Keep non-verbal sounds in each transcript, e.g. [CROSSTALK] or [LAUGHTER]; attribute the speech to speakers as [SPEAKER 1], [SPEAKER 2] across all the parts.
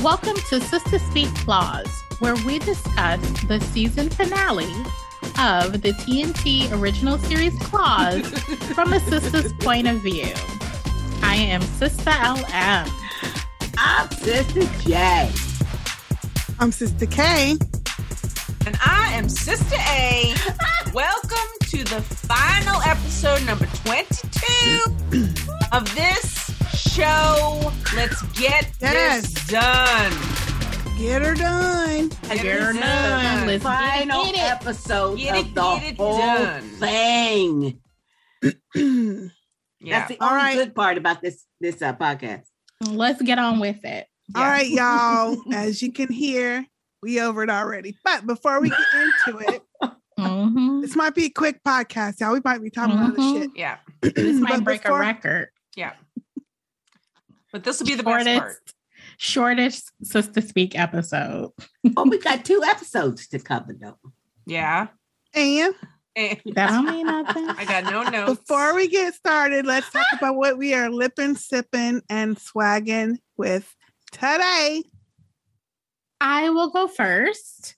[SPEAKER 1] Welcome to Sister Speak Clause, where we discuss the season finale of the TNT original series
[SPEAKER 2] [LAUGHS]
[SPEAKER 1] Clause from a sister's point of view. I am Sister LM.
[SPEAKER 3] I'm Sister J.
[SPEAKER 4] I'm Sister K.
[SPEAKER 2] And I am Sister A. Welcome to the final episode, number 22 of this show. Let's get
[SPEAKER 4] Yes.
[SPEAKER 2] this done.
[SPEAKER 4] Get her done.
[SPEAKER 2] Get it
[SPEAKER 1] You're Let's
[SPEAKER 2] done.
[SPEAKER 1] get it,
[SPEAKER 3] Final
[SPEAKER 1] get it.
[SPEAKER 3] episode
[SPEAKER 2] Get it,
[SPEAKER 3] of the
[SPEAKER 2] get it
[SPEAKER 3] whole
[SPEAKER 2] done.
[SPEAKER 3] thing.
[SPEAKER 2] Yeah.
[SPEAKER 3] That's the
[SPEAKER 4] All
[SPEAKER 3] only
[SPEAKER 4] right.
[SPEAKER 3] good part about this this uh, podcast.
[SPEAKER 1] Let's get on with it.
[SPEAKER 4] All
[SPEAKER 1] [LAUGHS]
[SPEAKER 4] right, y'all. As you can hear, we over it already. But before we get into it,
[SPEAKER 1] Mhm.
[SPEAKER 4] this might be a quick podcast, y'all. We might be talking about
[SPEAKER 1] Mhm.
[SPEAKER 4] this
[SPEAKER 2] Yeah.
[SPEAKER 4] shit.
[SPEAKER 1] This might
[SPEAKER 4] But
[SPEAKER 1] break a
[SPEAKER 4] before-
[SPEAKER 1] record.
[SPEAKER 2] But this will be the best part.
[SPEAKER 1] Shortest, shortest Sister Speak episode.
[SPEAKER 3] Oh, we got two episodes to cover though.
[SPEAKER 2] Yeah.
[SPEAKER 4] And
[SPEAKER 2] Eh,
[SPEAKER 1] [LAUGHS] That don't mean nothing.
[SPEAKER 2] I got no notes.
[SPEAKER 4] before we get started,
[SPEAKER 1] [LAUGHS]
[SPEAKER 4] let's talk about what we are lipping, sipping, and swagging with today.
[SPEAKER 1] I will go first.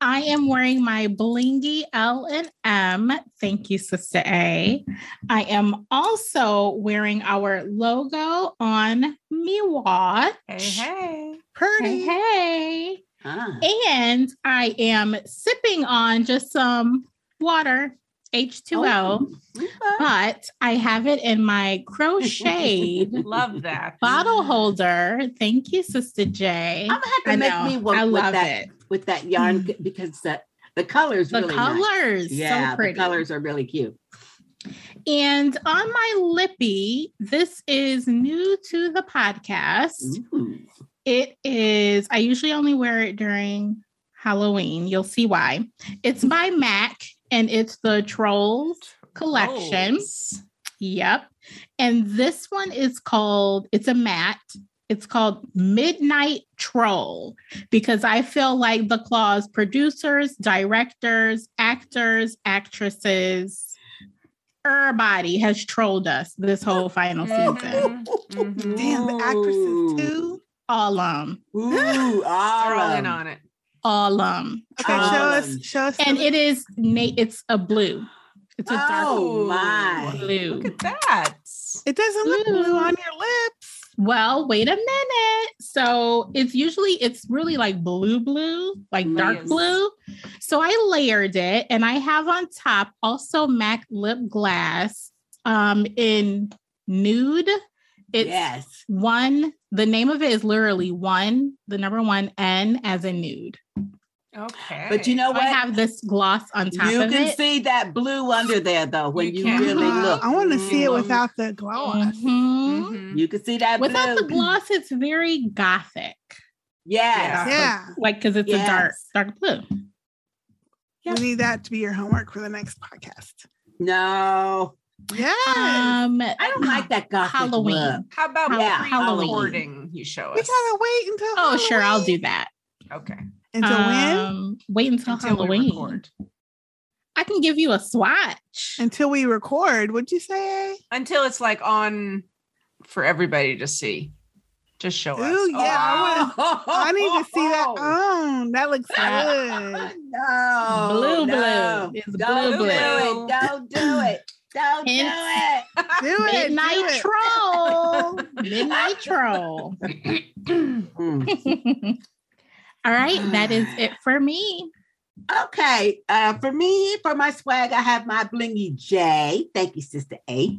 [SPEAKER 1] I am wearing my blingy L and M. Thank you, Sister A. I am also wearing our logo on Me Watch.
[SPEAKER 2] Hey, hey.
[SPEAKER 4] Pretty.
[SPEAKER 1] Hey, hey.
[SPEAKER 3] [LAUGHS] Huh.
[SPEAKER 1] And I am sipping on just some water, H2O,
[SPEAKER 3] Oh, Okay.
[SPEAKER 1] but I have it in my
[SPEAKER 3] [LAUGHS]
[SPEAKER 1] crocheted
[SPEAKER 2] Love that.
[SPEAKER 1] [LAUGHS] bottle holder. Thank you, Sister J.
[SPEAKER 3] I'm
[SPEAKER 1] I
[SPEAKER 3] gonna have to make me
[SPEAKER 1] know.
[SPEAKER 3] work
[SPEAKER 1] I
[SPEAKER 3] with
[SPEAKER 1] love
[SPEAKER 3] that
[SPEAKER 1] it. Mm.
[SPEAKER 3] with that yarn c- because the the colors
[SPEAKER 1] The
[SPEAKER 3] really nice.
[SPEAKER 1] colors,
[SPEAKER 3] Yeah,
[SPEAKER 1] so pretty.
[SPEAKER 3] the colors are really cute.
[SPEAKER 1] And on my lippy, this is new to the podcast.
[SPEAKER 3] Ooh.
[SPEAKER 1] It is, I usually only wear it during Halloween. You'll see why. It's by MAC and it's the Trolls collection.
[SPEAKER 2] Rolls.
[SPEAKER 1] Yep. And this one is called, it's a matte. It's called Midnight Troll because I feel like the claws producers, directors, actors, actresses, everybody has trolled us this whole
[SPEAKER 2] [LAUGHS]
[SPEAKER 1] final season.
[SPEAKER 2] Mhm, mhm.
[SPEAKER 4] Damn, the actresses too.
[SPEAKER 1] All um,
[SPEAKER 3] [LAUGHS] Ooh, all
[SPEAKER 2] They're all in
[SPEAKER 3] right.
[SPEAKER 2] on it.
[SPEAKER 1] all um,
[SPEAKER 4] Okay, show us.
[SPEAKER 3] Um,
[SPEAKER 4] Show us.
[SPEAKER 1] and it is Nate. It's a blue. It's a dark
[SPEAKER 3] Oh my.
[SPEAKER 1] blue.
[SPEAKER 2] Look at that.
[SPEAKER 4] it doesn't look
[SPEAKER 1] Blue.
[SPEAKER 4] blue on your lips.
[SPEAKER 1] Well, wait a minute. So it's usually it's really like blue blue, like dark
[SPEAKER 2] Yes.
[SPEAKER 1] blue. So I layered it and I have on top also MAC lip glass um in nude. It's
[SPEAKER 3] Yes.
[SPEAKER 1] one, the name of it is literally one, the number one N as in nude.
[SPEAKER 2] Okay.
[SPEAKER 3] But you know
[SPEAKER 1] So I
[SPEAKER 3] what?
[SPEAKER 1] have this gloss on top
[SPEAKER 3] you
[SPEAKER 1] of
[SPEAKER 3] can
[SPEAKER 1] it. Uh-huh.
[SPEAKER 3] see that blue under there though when
[SPEAKER 2] You
[SPEAKER 3] you,
[SPEAKER 2] can.
[SPEAKER 3] really
[SPEAKER 4] Wow,
[SPEAKER 3] look.
[SPEAKER 4] Uh-huh. I want to see it
[SPEAKER 2] Mm.
[SPEAKER 4] without the gloss.
[SPEAKER 1] Mhm.
[SPEAKER 2] Mhm.
[SPEAKER 3] You can see that
[SPEAKER 1] Without the
[SPEAKER 3] blue.
[SPEAKER 1] gloss, it's very gothic.
[SPEAKER 3] Yes.
[SPEAKER 4] Yeah.
[SPEAKER 1] Like because it's a dark,
[SPEAKER 3] Yes.
[SPEAKER 1] dark blue.
[SPEAKER 4] We need that to be your homework for the next podcast.
[SPEAKER 3] No.
[SPEAKER 4] Yes.
[SPEAKER 1] Um
[SPEAKER 3] I don't like that gothic
[SPEAKER 1] Halloween.
[SPEAKER 3] look.
[SPEAKER 2] How about
[SPEAKER 3] Yeah,
[SPEAKER 2] pre-recording? You show
[SPEAKER 4] we
[SPEAKER 2] us.
[SPEAKER 4] gotta wait until.
[SPEAKER 1] [CLEARS THROAT] Oh, sure, I'll do that.
[SPEAKER 2] Okay.
[SPEAKER 4] Until when?
[SPEAKER 1] Um, Wait until,
[SPEAKER 2] Until we
[SPEAKER 1] Halloween.
[SPEAKER 2] record.
[SPEAKER 1] I can give you a swatch.
[SPEAKER 4] Until we record. Would you say?
[SPEAKER 2] Until it's like on for everybody to see. Just show us.
[SPEAKER 4] Ooh, yeah. I, wanna- I need to see that.
[SPEAKER 3] Oh,
[SPEAKER 4] Oh, that looks
[SPEAKER 3] no. [LAUGHS]
[SPEAKER 4] good.
[SPEAKER 1] Blue,
[SPEAKER 3] no.
[SPEAKER 1] blue. It's
[SPEAKER 3] Don't
[SPEAKER 1] blue,
[SPEAKER 3] do
[SPEAKER 2] blue.
[SPEAKER 3] it. Don't do it. Don't do it.
[SPEAKER 4] Hence- Do it. do
[SPEAKER 1] Midnight
[SPEAKER 4] it. [LAUGHS]
[SPEAKER 1] troll. Midnight troll.
[SPEAKER 3] Mm.
[SPEAKER 1] [LAUGHS] All right, that is it for me.
[SPEAKER 3] Okay. Uh, for me, for my swag, I have my blingy J. Thank you, Sister A.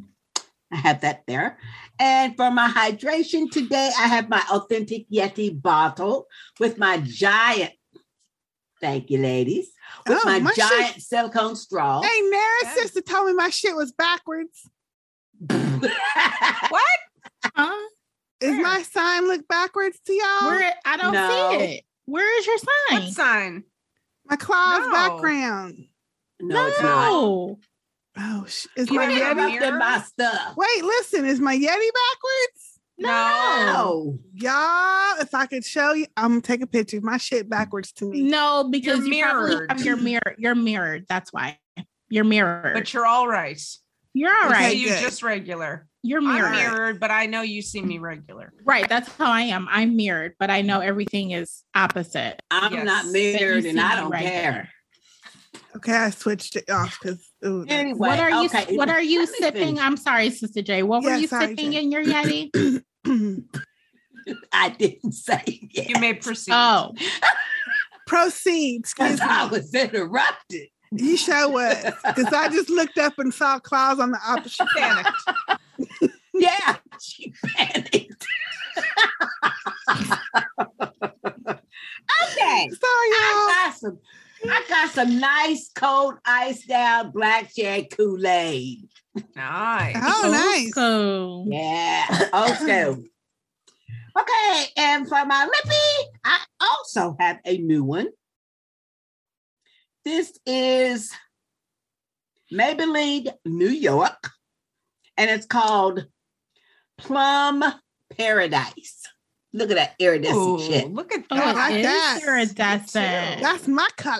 [SPEAKER 3] I have that there. And for my hydration today, I have my authentic Yeti bottle with my giant, thank you, ladies, with
[SPEAKER 4] Oh,
[SPEAKER 3] my,
[SPEAKER 4] my shit-
[SPEAKER 3] giant silicone straw. [LAUGHS]
[SPEAKER 4] Hey, Nara sister told me my shit was backwards.
[SPEAKER 2] What?
[SPEAKER 1] Huh?
[SPEAKER 4] Is my sign look backwards to y'all?
[SPEAKER 1] Where I don't
[SPEAKER 3] No.
[SPEAKER 1] see it. Where is your
[SPEAKER 2] What
[SPEAKER 1] sign?
[SPEAKER 2] sign?
[SPEAKER 4] my Claw's
[SPEAKER 2] No.
[SPEAKER 4] background.
[SPEAKER 3] no, it's not.
[SPEAKER 1] no.
[SPEAKER 4] Oh, sh- is
[SPEAKER 2] You
[SPEAKER 4] my
[SPEAKER 3] You're
[SPEAKER 2] didn't have
[SPEAKER 4] Yeti?
[SPEAKER 2] a
[SPEAKER 3] interrupting my stuff.
[SPEAKER 4] Wait, listen, is my Yeti backwards?
[SPEAKER 3] Um,
[SPEAKER 1] No.
[SPEAKER 3] No.
[SPEAKER 4] Y'all, if I could show you, I'm gonna take a picture. My shit backwards to me.
[SPEAKER 1] No, because
[SPEAKER 2] You're
[SPEAKER 1] you probably
[SPEAKER 2] mirrored.
[SPEAKER 1] have your mirror. You're mirrored. That's why. You're mirrored.
[SPEAKER 2] But you're all right.
[SPEAKER 1] you're all
[SPEAKER 2] I
[SPEAKER 1] right.
[SPEAKER 2] see you
[SPEAKER 4] good.
[SPEAKER 2] just regular.
[SPEAKER 1] You're
[SPEAKER 2] I'm
[SPEAKER 1] mirrored.
[SPEAKER 2] mirrored, but I know you see me regular.
[SPEAKER 1] Right. That's how I am. I'm mirrored, but I know everything is opposite.
[SPEAKER 3] I'm
[SPEAKER 2] Yes.
[SPEAKER 3] not
[SPEAKER 1] But you
[SPEAKER 3] married
[SPEAKER 1] see
[SPEAKER 3] and I
[SPEAKER 1] me
[SPEAKER 3] don't
[SPEAKER 1] right
[SPEAKER 3] care.
[SPEAKER 4] Okay, I switched it off because
[SPEAKER 3] Anyway,
[SPEAKER 1] what are you
[SPEAKER 3] okay,
[SPEAKER 1] what are you
[SPEAKER 3] let me
[SPEAKER 1] sipping?
[SPEAKER 3] finish.
[SPEAKER 1] I'm sorry, Sister J. What were
[SPEAKER 4] Yeah,
[SPEAKER 1] you
[SPEAKER 4] sorry,
[SPEAKER 1] sipping
[SPEAKER 4] J.
[SPEAKER 1] in
[SPEAKER 3] [CLEARS THROAT]
[SPEAKER 1] your Yeti?
[SPEAKER 3] I didn't [LAUGHS] say yes.
[SPEAKER 2] You may proceed.
[SPEAKER 1] oh,
[SPEAKER 4] [CLEARS THROAT] proceed. Excuse
[SPEAKER 3] because
[SPEAKER 4] me.
[SPEAKER 3] I was interrupted.
[SPEAKER 4] You show what? Because I just looked up and saw Claus on the opposite.
[SPEAKER 3] [LAUGHS]
[SPEAKER 2] Panicked.
[SPEAKER 3] Yeah, she panicked. [LAUGHS] okay.
[SPEAKER 4] Sorry, y'all.
[SPEAKER 3] [LAUGHS] I got some. I got some nice cold ice down black cherry Kool Aid.
[SPEAKER 2] Nice.
[SPEAKER 4] Oh,
[SPEAKER 1] old
[SPEAKER 4] nice.
[SPEAKER 1] school.
[SPEAKER 3] Yeah. Okay. Okay. And for my lippy, I also have a new one. This is Maybelline New York, and it's called Plum Paradise. Look at that iridescent
[SPEAKER 2] Ooh,
[SPEAKER 3] shit.
[SPEAKER 2] look at
[SPEAKER 1] Oh,
[SPEAKER 2] that.
[SPEAKER 1] it
[SPEAKER 4] like
[SPEAKER 1] is
[SPEAKER 4] that.
[SPEAKER 1] iridescent.
[SPEAKER 4] That's my color.